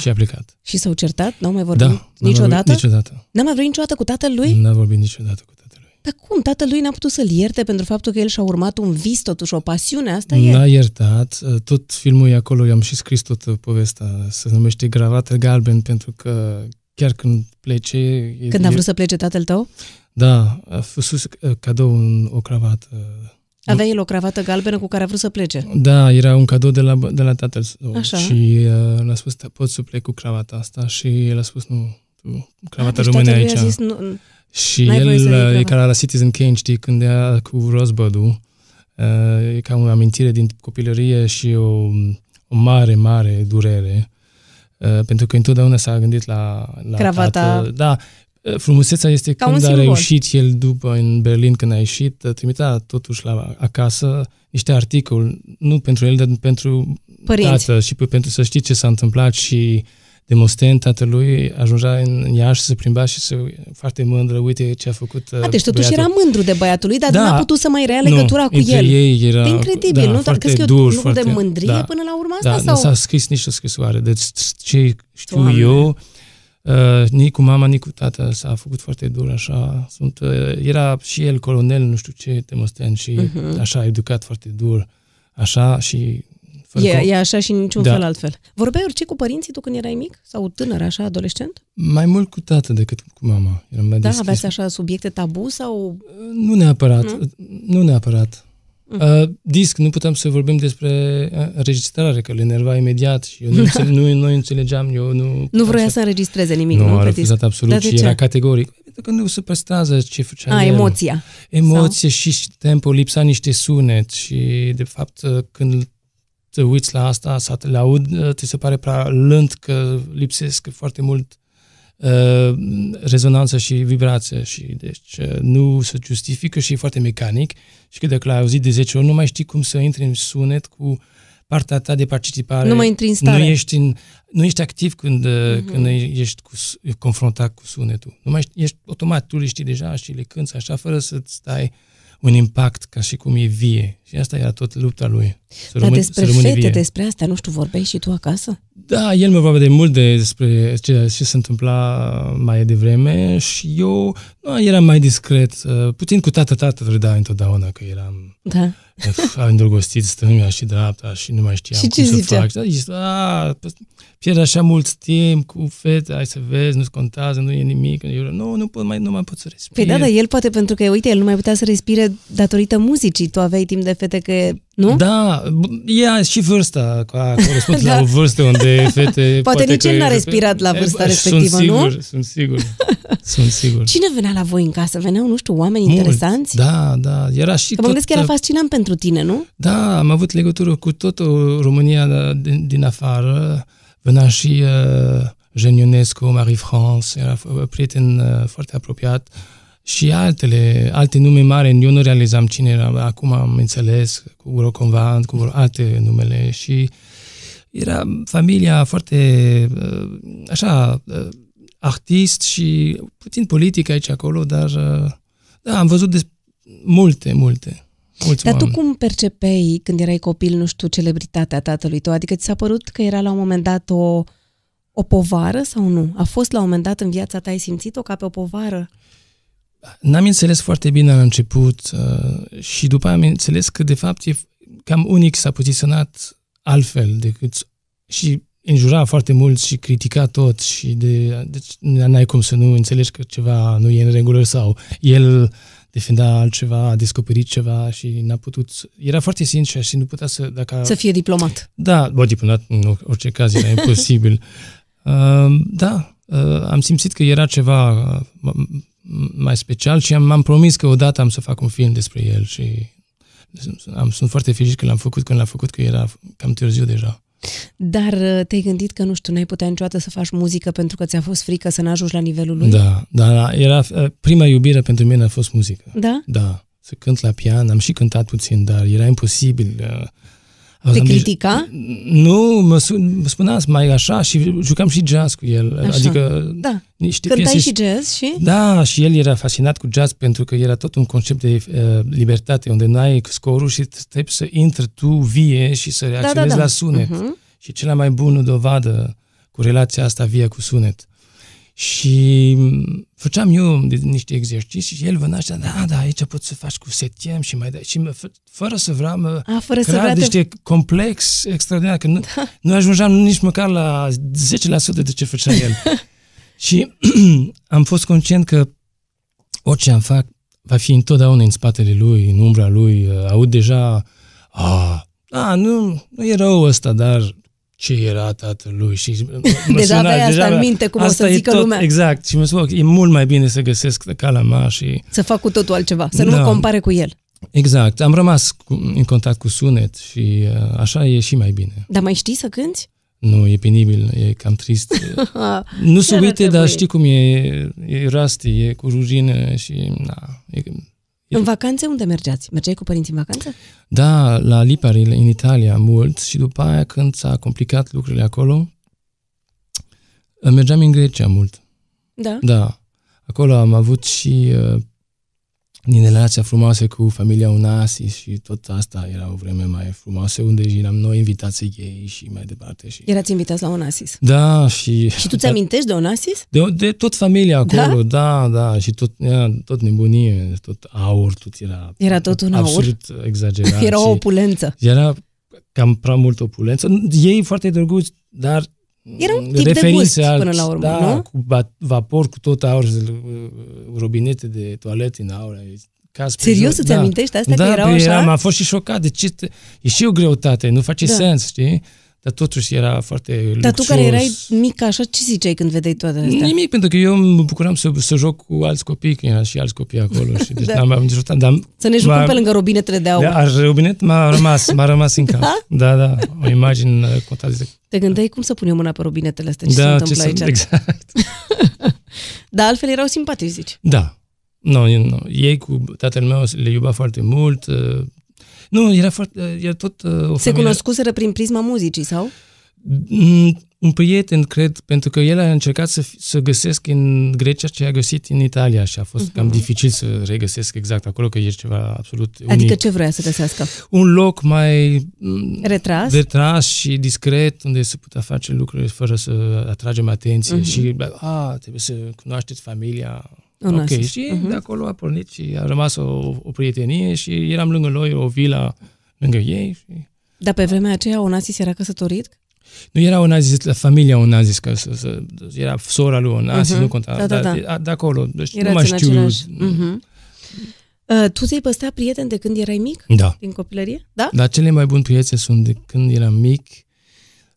[SPEAKER 5] Și a plecat.
[SPEAKER 2] Și s-au certat? N-au mai vorbit
[SPEAKER 5] Da, n-a vorbit
[SPEAKER 2] niciodată?
[SPEAKER 5] Niciodată.
[SPEAKER 2] N-am mai vorbit niciodată cu tatăl lui?
[SPEAKER 5] N-a vorbit niciodată cu tatălui.
[SPEAKER 2] Dar cum? Tatălui n-a putut să-l ierte pentru faptul că el și-a urmat un vis, totuși o pasiune, asta e.
[SPEAKER 5] N-a iertat. Ă, Tot filmul e acolo, eu am și scris tot uh, povestea. Se numește Gravată Galben pentru că chiar când plece... e-
[SPEAKER 2] Când a
[SPEAKER 5] e-
[SPEAKER 2] vrut să plece tatăl tău,
[SPEAKER 5] Da, a fusese uh, cadou un, o cravată.
[SPEAKER 2] avea el o cravată galbenă cu care a vrut să plece.
[SPEAKER 5] Da, era un cadou de la, de la tatăl său.
[SPEAKER 2] Așa.
[SPEAKER 5] Și uh, l-a spus, "Te- pot să plec cu cravata asta? Și el a spus, nu, tu, cravata
[SPEAKER 2] Deci
[SPEAKER 5] rămâne
[SPEAKER 2] tatăl lui
[SPEAKER 5] aici.
[SPEAKER 2] A zis, nu,
[SPEAKER 5] Și
[SPEAKER 2] N-ai voie să iei
[SPEAKER 5] el, uh, e
[SPEAKER 2] cravata.
[SPEAKER 5] ca la Citizen Kane, știi, când era cu Rosbud-ul, uh, e ca o amintire din copilărie și o, o mare, mare durere, uh, pentru că întotdeauna s-a gândit la, la
[SPEAKER 2] Cravata.
[SPEAKER 5] Tată. Da, uh, frumusețea este
[SPEAKER 2] Ca
[SPEAKER 5] ca când
[SPEAKER 2] un
[SPEAKER 5] a
[SPEAKER 2] simbol.
[SPEAKER 5] reușit el după în Berlin, când a ieșit, uh, trimitea totuși la acasă niște articoli, nu pentru el, dar pentru
[SPEAKER 2] Părinți.
[SPEAKER 5] tată și pe, pentru să știi ce s-a întâmplat și demonstrând tatălui, ajungea în Iași, se plimba și se foarte mândră, uite ce a făcut uh,
[SPEAKER 2] a, deci totuși era
[SPEAKER 5] băiatul.
[SPEAKER 2] mândru de băiatul lui, dar
[SPEAKER 5] Da.
[SPEAKER 2] n-a putut să mai rea legătura
[SPEAKER 5] nu,
[SPEAKER 2] cu
[SPEAKER 5] între
[SPEAKER 2] el.
[SPEAKER 5] Ei era,
[SPEAKER 2] Incredibil,
[SPEAKER 5] da,
[SPEAKER 2] nu? Dar
[SPEAKER 5] foarte
[SPEAKER 2] crezi că e un
[SPEAKER 5] dur,
[SPEAKER 2] lucru
[SPEAKER 5] foarte,
[SPEAKER 2] de mândrie
[SPEAKER 5] da,
[SPEAKER 2] până la urmă asta?
[SPEAKER 5] da,
[SPEAKER 2] sau?
[SPEAKER 5] nu s-a scris nicio scrisoare. Deci ce știu
[SPEAKER 2] Doamne.
[SPEAKER 5] eu, uh, nici cu mama, nici cu tata s-a făcut foarte dur așa. Sunt, uh, era și el colonel, nu știu ce, Temostean și uh-huh.
[SPEAKER 2] Mhm.
[SPEAKER 5] așa, educat foarte dur, așa și... fără
[SPEAKER 2] E,
[SPEAKER 5] com-
[SPEAKER 2] e așa și în niciun da.
[SPEAKER 5] Da.
[SPEAKER 2] fel altfel. Vorbeai orice cu părinții tu când erai mic? Sau tânăr, așa, adolescent?
[SPEAKER 5] Mai mult cu tată decât cu mama. Eram mai
[SPEAKER 2] Da,
[SPEAKER 5] deschis.
[SPEAKER 2] aveați așa subiecte tabu sau...
[SPEAKER 5] Nu neapărat. Nu,
[SPEAKER 2] Mhm.
[SPEAKER 5] nu neapărat. Uh, disc, nu putem să vorbim despre uh, înregistrare, că le enerva imediat și eu nu, înțe- nu, nu înțelegeam, eu nu...
[SPEAKER 2] Nu vroia să înregistreze nimic, nu?
[SPEAKER 5] Nu, a
[SPEAKER 2] pe
[SPEAKER 5] refuzat
[SPEAKER 2] disc?
[SPEAKER 5] absolut
[SPEAKER 2] Dar de
[SPEAKER 5] și
[SPEAKER 2] ce?
[SPEAKER 5] era categoric. Pentru că nu se păstrează ce făcea
[SPEAKER 2] A,
[SPEAKER 5] el.
[SPEAKER 2] emoția.
[SPEAKER 5] Emoție și- și tempo, lipsa niște sunet și, de fapt, uh, când te uiți la asta, să te le aud, uh, ți se pare prea lânt că lipsesc foarte mult uh, rezonanță și vibrație și deci uh, nu se justifică și e foarte mecanic și că dacă l-ai auzit de 10 ori nu mai știi cum să intri în sunet cu partea ta de participare.
[SPEAKER 2] Nu mai intri în stare. Mhm.
[SPEAKER 5] Nu ești, în, nu ești activ când, uh, când ești cu, s- confruntat cu sunetul. Nu mai ești, ești automat, tu le știi deja și le cânți așa fără să-ți stai un impact ca și cum e vie. Și asta era tot lupta lui. Să
[SPEAKER 2] Dar Da, despre
[SPEAKER 5] să rămâne
[SPEAKER 2] fete, despre astea, nu știu, vorbeai și tu acasă?
[SPEAKER 5] da, el mă vorbea de mult de- despre ce, ce se întâmpla mai devreme și eu nu, eram mai discret. uh, Puțin cu tată, tată râdea întotdeauna că eram
[SPEAKER 2] Da.
[SPEAKER 5] uf, am îndrăgostit stânga și dreapta și nu mai știam
[SPEAKER 2] Și
[SPEAKER 5] cum
[SPEAKER 2] ce
[SPEAKER 5] să
[SPEAKER 2] zicea?
[SPEAKER 5] fac. Da, zice, a, păi, pierd așa mult timp cu fete, hai să vezi, nu-ți contează, nu e nimic. Eu, nu, nu, pot, mai, nu mai pot să
[SPEAKER 2] Păi
[SPEAKER 5] respir.
[SPEAKER 2] da, dar el poate pentru că, uite, el nu mai putea să respire datorită muzicii. Tu aveai timp de fete că... Nu?
[SPEAKER 5] Da, b- ea și vârsta ca- corespunde
[SPEAKER 2] Da.
[SPEAKER 5] da. la o vârstă unde fete...
[SPEAKER 2] nici
[SPEAKER 5] că-
[SPEAKER 2] el n-a respirat la
[SPEAKER 5] E,
[SPEAKER 2] vârsta
[SPEAKER 5] bă,
[SPEAKER 2] respectivă,
[SPEAKER 5] sunt
[SPEAKER 2] nu?
[SPEAKER 5] sigur, Sunt sigur, sunt sigur.
[SPEAKER 2] Cine venea la voi în casă? Veneau, nu știu, oameni
[SPEAKER 5] Mulți.
[SPEAKER 2] interesanți?
[SPEAKER 5] Da, da, era și
[SPEAKER 2] Că mă gândesc că era
[SPEAKER 5] uh,
[SPEAKER 2] fascinant pentru tine, nu?
[SPEAKER 5] Da, am avut legătură cu tot o România da, din, din afară. Venea și uh, Jean Ionescu, Marie France, era f- prieten uh, foarte apropiat. Și altele, alte nume mari, eu nu realizam cine era, acum am înțeles, cu vreo convant, cu vreo alte numele și era familia foarte, uh, așa, uh, artist și puțin politic aici acolo, dar uh, da, am văzut des- multe, multe. Mulți
[SPEAKER 2] Dar tu
[SPEAKER 5] oameni.
[SPEAKER 2] cum percepeai când erai copil, nu știu, celebritatea tatălui tău? Adică ți s-a părut că era la un moment dat o, o povară sau nu? A fost la un moment dat în viața ta, ai simțit-o ca pe o povară?
[SPEAKER 5] N-am înțeles foarte bine la început uh, și după aia am înțeles că de fapt e, cam unic s-a poziționat altfel decât și înjura foarte mult și critica tot și de, deci n-ai cum să nu înțelegi că ceva nu e în regulă sau el defenda altceva, a descoperit ceva și n-a putut. Era foarte sincer și nu putea să, dacă...
[SPEAKER 2] Să fie diplomat.
[SPEAKER 5] Da, bă, diplomat în orice caz era imposibil. uh, da, uh, am simțit că era ceva uh, m- m- mai special și am, am promis că odată am să fac un film despre el și am, sunt foarte fericit că l-am făcut când l-am făcut, că era cam târziu deja.
[SPEAKER 2] Dar uh, te-ai gândit că, nu știu, n-ai putea niciodată să faci muzică pentru că ți-a fost frică să n-ajungi la nivelul lui?
[SPEAKER 5] Da, da, era prima iubire pentru mine a fost muzică.
[SPEAKER 2] Da?
[SPEAKER 5] Da, să cânt la pian, am și cântat puțin, dar era imposibil.
[SPEAKER 2] Te
[SPEAKER 5] Am deja-
[SPEAKER 2] critica?
[SPEAKER 5] Nu, mă, su- mă spuneați mai așa și jucam și jazz cu el.
[SPEAKER 2] Așa.
[SPEAKER 5] Așa. Adică
[SPEAKER 2] Da.
[SPEAKER 5] niște
[SPEAKER 2] Cântai
[SPEAKER 5] piese
[SPEAKER 2] și jazz și...
[SPEAKER 5] Da, și el era fascinat cu jazz pentru că era tot un concept de uh, libertate, unde n-ai scorul și trebuie să intri tu vie și să reacționezi
[SPEAKER 2] da.
[SPEAKER 5] la sunet. Uh-huh. Și cea mai bună dovadă cu relația asta vie cu sunet. Și m, făceam eu de- niște exerciții și el vă naștea, da, da, aici poți să faci cu setiem și mai da. Și mă, fă- fără să vreau, mă
[SPEAKER 2] A, fără să
[SPEAKER 5] crea
[SPEAKER 2] vrea Da. te-
[SPEAKER 5] niște deci complex extraordinar, că nu, nu ajungeam nici măcar la 10% de ce făcea el. și am fost conștient că orice am fac va fi întotdeauna în spatele lui, în umbra lui, uh, aud deja, a, a nu, nu e rău ăsta, dar ce era tatălui și mă
[SPEAKER 2] Deja
[SPEAKER 5] suna-
[SPEAKER 2] aveai asta în minte, cum o
[SPEAKER 5] asta
[SPEAKER 2] să
[SPEAKER 5] e
[SPEAKER 2] zică
[SPEAKER 5] tot,
[SPEAKER 2] lumea.
[SPEAKER 5] Exact, și mă spun, e mult mai bine să găsesc calea mea și...
[SPEAKER 2] Să fac cu totul altceva, să nu
[SPEAKER 5] Da.
[SPEAKER 2] mă compare cu el.
[SPEAKER 5] Exact, am rămas cu, în contact cu sunet și uh, așa e și mai bine.
[SPEAKER 2] Dar mai știi să cânti?
[SPEAKER 5] Nu, e penibil, e cam trist. nu se
[SPEAKER 2] Chiar ar
[SPEAKER 5] uite, dar
[SPEAKER 2] trebui.
[SPEAKER 5] știi cum e, e rastie, e cu rugine și... Na, e,
[SPEAKER 2] În vacanțe unde mergeați? Mergeai cu părinții în vacanță?
[SPEAKER 5] Da, la Lipari, în Italia, mult și după aia când s-a complicat lucrurile acolo, mergeam în Grecia mult.
[SPEAKER 2] Da.
[SPEAKER 5] Da, acolo am avut și uh, din relația frumoasă cu familia Unasi și tot asta era o vreme mai frumoasă unde eram noi invitații ei și mai departe. Și...
[SPEAKER 2] Erați invitați la Onassis.
[SPEAKER 5] Da, și...
[SPEAKER 2] Și tu ți-amintești de Onassis?
[SPEAKER 5] De, de tot familia acolo, da, da, și tot, era tot nebunie, tot aur, tot era...
[SPEAKER 2] Era tot un aur?
[SPEAKER 5] absolut exagerat.
[SPEAKER 2] Era
[SPEAKER 5] Da, și... Păi
[SPEAKER 2] o opulență.
[SPEAKER 5] Era cam prea mult opulență. Ei foarte drăguți, dar
[SPEAKER 2] Era un tip de
[SPEAKER 5] referințe
[SPEAKER 2] gust,
[SPEAKER 5] alți,
[SPEAKER 2] până la urmă,
[SPEAKER 5] da,
[SPEAKER 2] nu?
[SPEAKER 5] cu ba- vapor, cu tot aur, z- robinete de toalete în aur. Caz pe
[SPEAKER 2] Serios,
[SPEAKER 5] jos,
[SPEAKER 2] îți amintești asta, că
[SPEAKER 5] da,
[SPEAKER 2] erau
[SPEAKER 5] păi
[SPEAKER 2] așa?
[SPEAKER 5] Eram, am fost și șocat. De ce te, e și o greutate, nu face
[SPEAKER 2] Da.
[SPEAKER 5] da. sens, știi? Dar totuși era foarte lucros.
[SPEAKER 2] Dar tu care erai mic așa, ce ziceai când vedeai toate astea?
[SPEAKER 5] Nimic, pentru că eu mă bucuram să, să joc cu alți copii, că era și alți copii acolo. Și deci da. n-am avut nicio dar
[SPEAKER 2] Să ne jucăm
[SPEAKER 5] m-a-
[SPEAKER 2] pe lângă robinetele de aur.
[SPEAKER 5] da, Aș robinet m-a rămas, m-a rămas în cap. Da, da, o imagine uh, contată de...
[SPEAKER 2] Te gândeai cum să punem mâna pe robinetele astea și
[SPEAKER 5] da,
[SPEAKER 2] se întâmplă aici.
[SPEAKER 5] exact.
[SPEAKER 2] Dar altfel erau simpatici, zici.
[SPEAKER 5] Da. Nu, no, no. ei cu tatăl meu le iubea foarte mult. uh, Nu, era foarte, era tot uh, o
[SPEAKER 2] Se
[SPEAKER 5] familie.
[SPEAKER 2] cunoscuseră prin prisma muzicii, sau?
[SPEAKER 5] Mm, Un prieten, cred, pentru că el a încercat să, fi- să găsesc în Grecia ce a găsit în Italia și a fost
[SPEAKER 2] Mhm.
[SPEAKER 5] uh-huh. cam dificil să regăsesc exact acolo, că e ceva absolut
[SPEAKER 2] Adică
[SPEAKER 5] unic.
[SPEAKER 2] ce vrea să găsească?
[SPEAKER 5] Un loc mai... mm,
[SPEAKER 2] Retras?
[SPEAKER 5] retras și discret, unde se putea face lucruri fără să atragem atenție
[SPEAKER 2] Mhm.
[SPEAKER 5] mm-hmm. și, bă, a, trebuie să cunoașteți familia.
[SPEAKER 2] Un
[SPEAKER 5] ok,
[SPEAKER 2] astfel.
[SPEAKER 5] și mm-hmm. de acolo a pornit și a rămas o, o prietenie și eram lângă noi, o vila lângă ei. Și...
[SPEAKER 2] Dar pe vremea aceea Onassis era căsătorit?
[SPEAKER 5] Nu era un azis, la familia un azis, că să, să, era sora lui un azis,
[SPEAKER 2] Mhm.
[SPEAKER 5] mm-hmm. nu conta,
[SPEAKER 2] Da, da,
[SPEAKER 5] dar
[SPEAKER 2] da.
[SPEAKER 5] de- a- de acolo, deci nu mai
[SPEAKER 2] Erați în
[SPEAKER 5] știu.
[SPEAKER 2] același... Mhm. Uh, tu ți-ai păstrat prieteni de când erai mic?
[SPEAKER 5] Da.
[SPEAKER 2] Din copilărie? Da?
[SPEAKER 5] Dar cele mai buni prieteni sunt de când eram mic,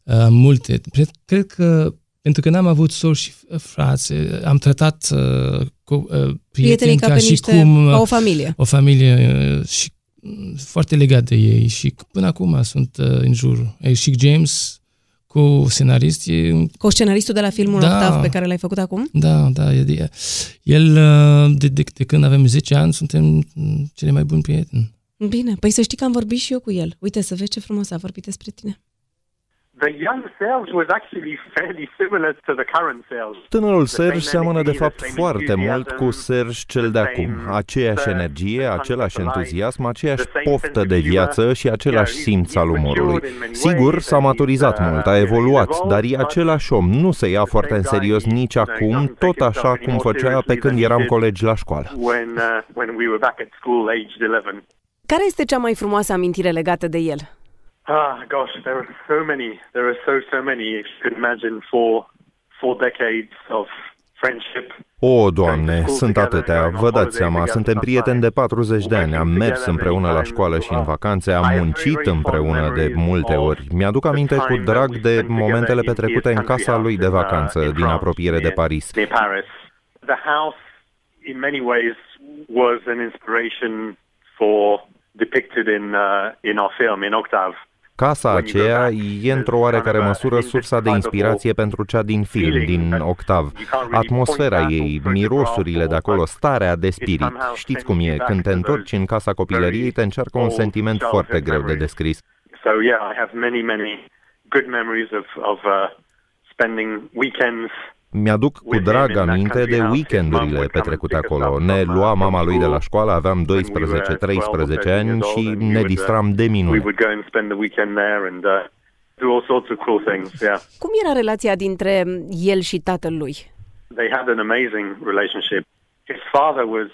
[SPEAKER 5] uh, multe. Cred, cred că pentru că n-am avut sori și uh, frațe, am tratat uh, cu, uh, prieteni,
[SPEAKER 2] Prietenii ca,
[SPEAKER 5] ca
[SPEAKER 2] pe
[SPEAKER 5] și
[SPEAKER 2] niște...
[SPEAKER 5] cum
[SPEAKER 2] ca
[SPEAKER 5] uh,
[SPEAKER 2] o familie.
[SPEAKER 5] o familie uh, și mm, foarte legat de ei și c- până acum sunt uh, în jur. E, și James, cu scenarist, e un
[SPEAKER 2] Cu scenaristul de la filmul
[SPEAKER 5] Da.
[SPEAKER 2] Octav pe care l-ai făcut acum?
[SPEAKER 5] da, da, e- e- el uh, de, de, de când avem 10 ani suntem mm, cele mai buni prieteni.
[SPEAKER 2] Bine, păi să știi că am vorbit și eu cu el. Uite să vezi ce frumos a vorbit despre tine.
[SPEAKER 3] The young Serge was actually fairly similar to the current Serge.
[SPEAKER 7] Tânărul Serge seamănă de fapt foarte mult cu Serge cel de acum. Aceeași energie, același entuziasm, aceeași poftă de viață și același simț al umorului. Sigur, s-a maturizat mult, a evoluat, dar e același om. Nu se ia foarte în serios nici acum, tot așa cum făcea pe când eram colegi la școală.
[SPEAKER 3] When, uh, when we were back at school aged 11.
[SPEAKER 8] Care este cea mai frumoasă amintire legată de el?
[SPEAKER 3] Ah, gosh, there are so many. There are so, so many. If you could imagine four, four decades of friendship.
[SPEAKER 7] O, Doamne, sunt atâtea, vă dați seama, suntem prieteni de 40 de ani, am mers împreună la școală și în vacanțe, am muncit împreună de multe ori. Mi-aduc aminte cu drag de momentele petrecute în casa lui
[SPEAKER 3] uh,
[SPEAKER 7] de vacanță, din apropiere de Paris.
[SPEAKER 3] Near Paris. The house, in many ways, was an inspiration for depicted in uh, in our film, in Octave.
[SPEAKER 7] Casa aceea e într-o oarecare măsură sursa de inspirație pentru cea din film, din Octav. Atmosfera ei, mirosurile de acolo, starea de spirit. Știți cum e, când te întorci în casa copilăriei, te încearcă un sentiment foarte greu de descris.
[SPEAKER 3] So yeah, I have many, many good memories of of uh, spending weekends
[SPEAKER 7] Mi-aduc cu drag aminte de weekendurile petrecute acolo. Ne lua mama lui de la școală, aveam 12-13 ani și ne distram de
[SPEAKER 3] we
[SPEAKER 7] minune.
[SPEAKER 3] would go and spend the weekend there and uh, do all sorts of cool things. Yeah,
[SPEAKER 8] Cum era relația dintre el și tatăl lui?
[SPEAKER 3] they had an amazing relationship. His father was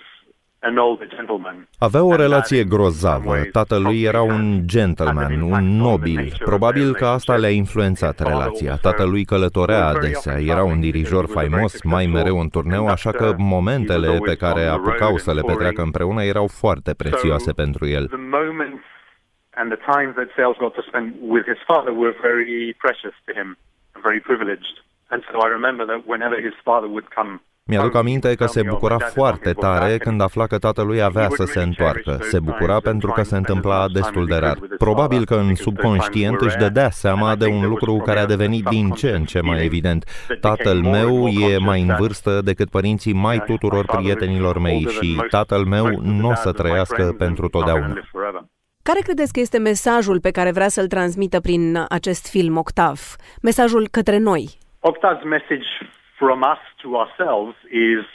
[SPEAKER 3] an older gentleman.
[SPEAKER 7] Avea o relație grozavă. Tatălui era un gentleman, un nobil. Probabil că asta le-a influențat relația. Tatălui călătorea adesea, era un dirijor faimos, mai mereu în turneu, așa că momentele pe care apucau să le petreacă împreună erau foarte prețioase pentru el.
[SPEAKER 3] The moments and the times that Sales got to spend with his father were very precious to him and very privileged. And so I remember that whenever his father would come "Oh,
[SPEAKER 7] Mi-aduc aminte că se bucura foarte tare când afla că tatălui avea să se întoarcă. Se bucura pentru că se întâmpla destul de adică rar. Probabil că în subconștient își dădea seama de un lucru care a devenit din ce în ce mai evident. Tatăl meu Deci, e mai în vârstă decât părinții mai tuturor prietenilor mei și tatăl meu nu o să trăiască pentru totdeauna.
[SPEAKER 8] Care credeți că este mesajul pe care vrea să-l transmită prin acest film Octav? Mesajul către noi.
[SPEAKER 3] Octav's message from us to ourselves is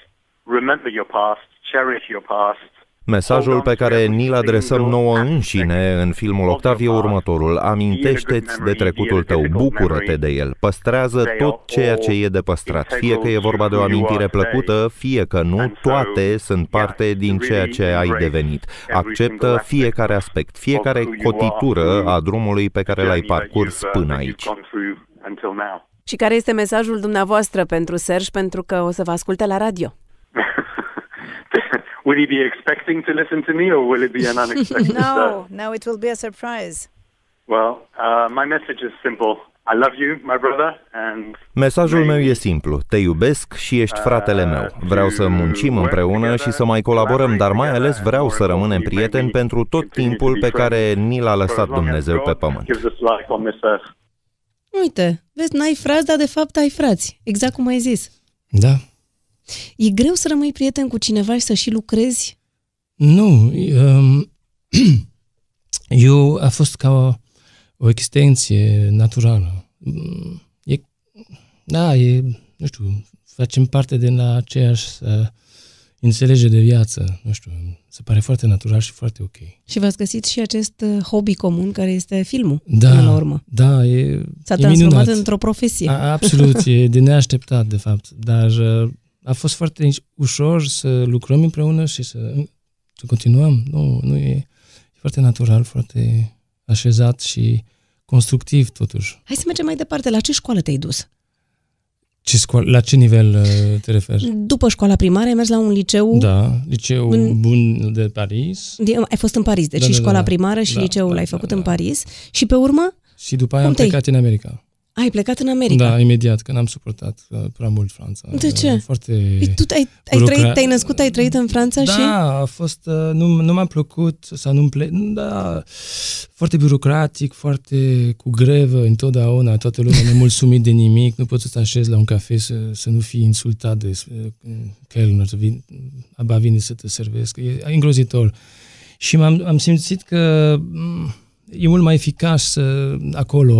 [SPEAKER 3] remember your past, cherish your past.
[SPEAKER 7] Mesajul pe care ni-l adresăm nouă înșine în filmul Octav e următorul. Amintește-ți de trecutul tău, bucură-te de el, păstrează tot ceea ce e de păstrat. Fie că e vorba de o amintire plăcută, fie că nu, toate sunt parte din ceea ce ai devenit. Acceptă fiecare aspect, fiecare cotitură a drumului pe care l-ai parcurs până aici.
[SPEAKER 8] Și care este mesajul dumneavoastră pentru Serge, pentru că o să vă asculte la radio?
[SPEAKER 3] Will he be expecting to listen to me, or will it be an unexpected? uh,
[SPEAKER 9] No, no, it will be a surprise.
[SPEAKER 3] well, uh, my message is simple. I love you, my brother, and
[SPEAKER 7] Mesajul meu e simplu. Te iubesc și ești fratele meu. Vreau să muncim împreună și să mai colaborăm, dar mai ales vreau să rămânem prieteni pentru tot timpul pe care ni l-a lăsat Dumnezeu pe pământ.
[SPEAKER 3] gives us life on this earth.
[SPEAKER 2] Uite, vezi, n-ai frați, dar de fapt ai frați. Exact cum ai zis.
[SPEAKER 5] Da.
[SPEAKER 2] E greu să rămâi prieten cu cineva și să și lucrezi?
[SPEAKER 5] Nu, um, eu a fost ca o, o extensie naturală. Mm, E, da, e, nu știu, facem parte din aceeași uh, înțelegere de viață, nu știu, se pare foarte natural și foarte ok.
[SPEAKER 2] Și v-ați găsit și acest uh, hobby comun care este filmul,
[SPEAKER 5] Da,
[SPEAKER 2] până la urmă.
[SPEAKER 5] da, e
[SPEAKER 2] S-a
[SPEAKER 5] e
[SPEAKER 2] transformat
[SPEAKER 5] minunat.
[SPEAKER 2] într-o profesie.
[SPEAKER 5] A, absolut, e de neașteptat, de fapt, dar uh, a fost foarte ușor să lucrăm împreună și să, să continuăm. Nu, nu e, e foarte natural, foarte așezat și constructiv, totuși.
[SPEAKER 2] Hai să mergem mai departe. La ce școală te-ai dus?
[SPEAKER 5] Ce scoal- la ce nivel uh, te referi?
[SPEAKER 2] După școala primară ai mers la un liceu...
[SPEAKER 5] Da, liceu
[SPEAKER 2] În-
[SPEAKER 5] bun de Paris
[SPEAKER 2] Din- Ai fost în Paris, deci
[SPEAKER 5] Da,
[SPEAKER 2] da, și
[SPEAKER 5] da, da,
[SPEAKER 2] școala
[SPEAKER 5] da.
[SPEAKER 2] primară și
[SPEAKER 5] Da,
[SPEAKER 2] liceul
[SPEAKER 5] da,
[SPEAKER 2] l-ai
[SPEAKER 5] da,
[SPEAKER 2] făcut
[SPEAKER 5] da.
[SPEAKER 2] în Paris și pe urmă
[SPEAKER 5] și după aia
[SPEAKER 2] Cum
[SPEAKER 5] am
[SPEAKER 2] te-ai-
[SPEAKER 5] plecat în America.
[SPEAKER 2] ai plecat în America.
[SPEAKER 5] Da, imediat, că n-am suportat uh, prea mult Franța.
[SPEAKER 2] De ce?
[SPEAKER 5] Foarte...
[SPEAKER 2] Păi tu ai, ai
[SPEAKER 5] Lucra-
[SPEAKER 2] trăit, te-ai născut, ai trăit în Franța
[SPEAKER 5] da,
[SPEAKER 2] și...
[SPEAKER 5] a fost, uh, nu, nu m-a plăcut să nu-mi ple... Da, foarte birocratic, foarte cu grevă întotdeauna, toată lumea nemulțumit de nimic, nu poți să te așezi la un cafe să, să nu fii insultat de uh, kelner, să vin, aba vine să te servesc, e îngrozitor. Și m-am am simțit că mm, e mult mai eficace uh, acolo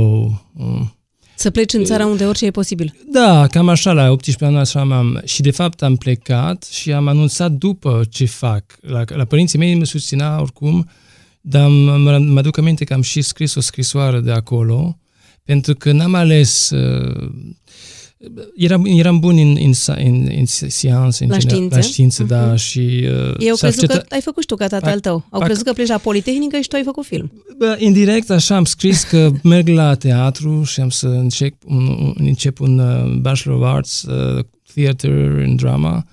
[SPEAKER 5] mm,
[SPEAKER 2] Să pleci în țara unde orice e posibil.
[SPEAKER 5] da, cam așa, la 18 ani așa am... Și de fapt am plecat și am anunțat după ce fac. La, la părinții mei mă susținea oricum, dar mă, mă aduc aminte că am și scris o scrisoare de acolo, pentru că n-am ales uh, eram, eram bun în, în, sa- în, în sciențe, în
[SPEAKER 2] La
[SPEAKER 5] general,
[SPEAKER 2] științe?
[SPEAKER 5] la știință, da, și... Uh,
[SPEAKER 2] Eu
[SPEAKER 5] s-a
[SPEAKER 2] crezut că
[SPEAKER 5] acceptat-
[SPEAKER 2] ai făcut și tu ca tatăl
[SPEAKER 5] Pac,
[SPEAKER 2] tău. Au
[SPEAKER 5] pac.
[SPEAKER 2] crezut că pleci la Politehnică și tu ai făcut film.
[SPEAKER 5] Bă, Indirect, așa am scris că merg la teatru și am să încep un, un, încep un uh, Bachelor of Arts, uh, Theater and Drama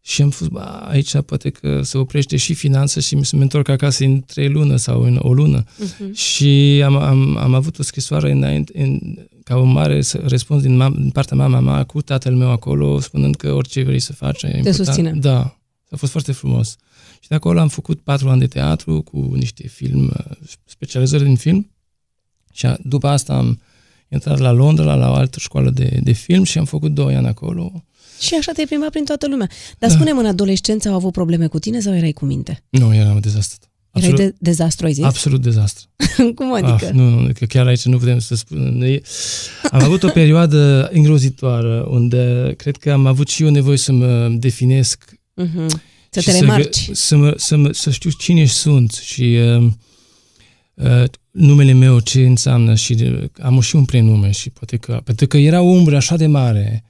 [SPEAKER 5] și am fost, ba, aici poate că se oprește și finanță și mi se întorc acasă în trei luni sau în o lună. Uh-huh. Și am, am, am avut o scrisoare înainte, în, ca un mare să- răspuns din, mam, din partea mama mea cu tatăl meu acolo, spunând că orice vrei să faci e important.
[SPEAKER 2] susține.
[SPEAKER 5] Da, a fost foarte frumos. Și de acolo am făcut patru ani de teatru cu niște film, uh, specializări din film. Și a- după asta am intrat la Londra, la o altă școală de, de film și am făcut doi ani acolo.
[SPEAKER 2] Și așa te-ai plimbat prin toată lumea.
[SPEAKER 5] Ah.
[SPEAKER 2] Dar spune în adolescență au avut probleme cu tine sau erai cu minte?
[SPEAKER 5] Nu, eram dezastru.
[SPEAKER 2] Erai de- dezastru, ai zis?
[SPEAKER 5] absolut dezastru.
[SPEAKER 2] Cum adică?
[SPEAKER 5] Ah, nu, nu, că chiar aici nu putem să spunem. Noi- Am avut o perioadă îngrozitoare unde cred că am avut și eu nevoie să mă definesc
[SPEAKER 2] Mhm. Să
[SPEAKER 5] și
[SPEAKER 2] te remarci.
[SPEAKER 5] Să, să, mă, să, mă, să știu cine sunt și uh, uh, numele meu ce înseamnă și uh, am și un prenume și poate că, pentru că era o umbră așa de mare.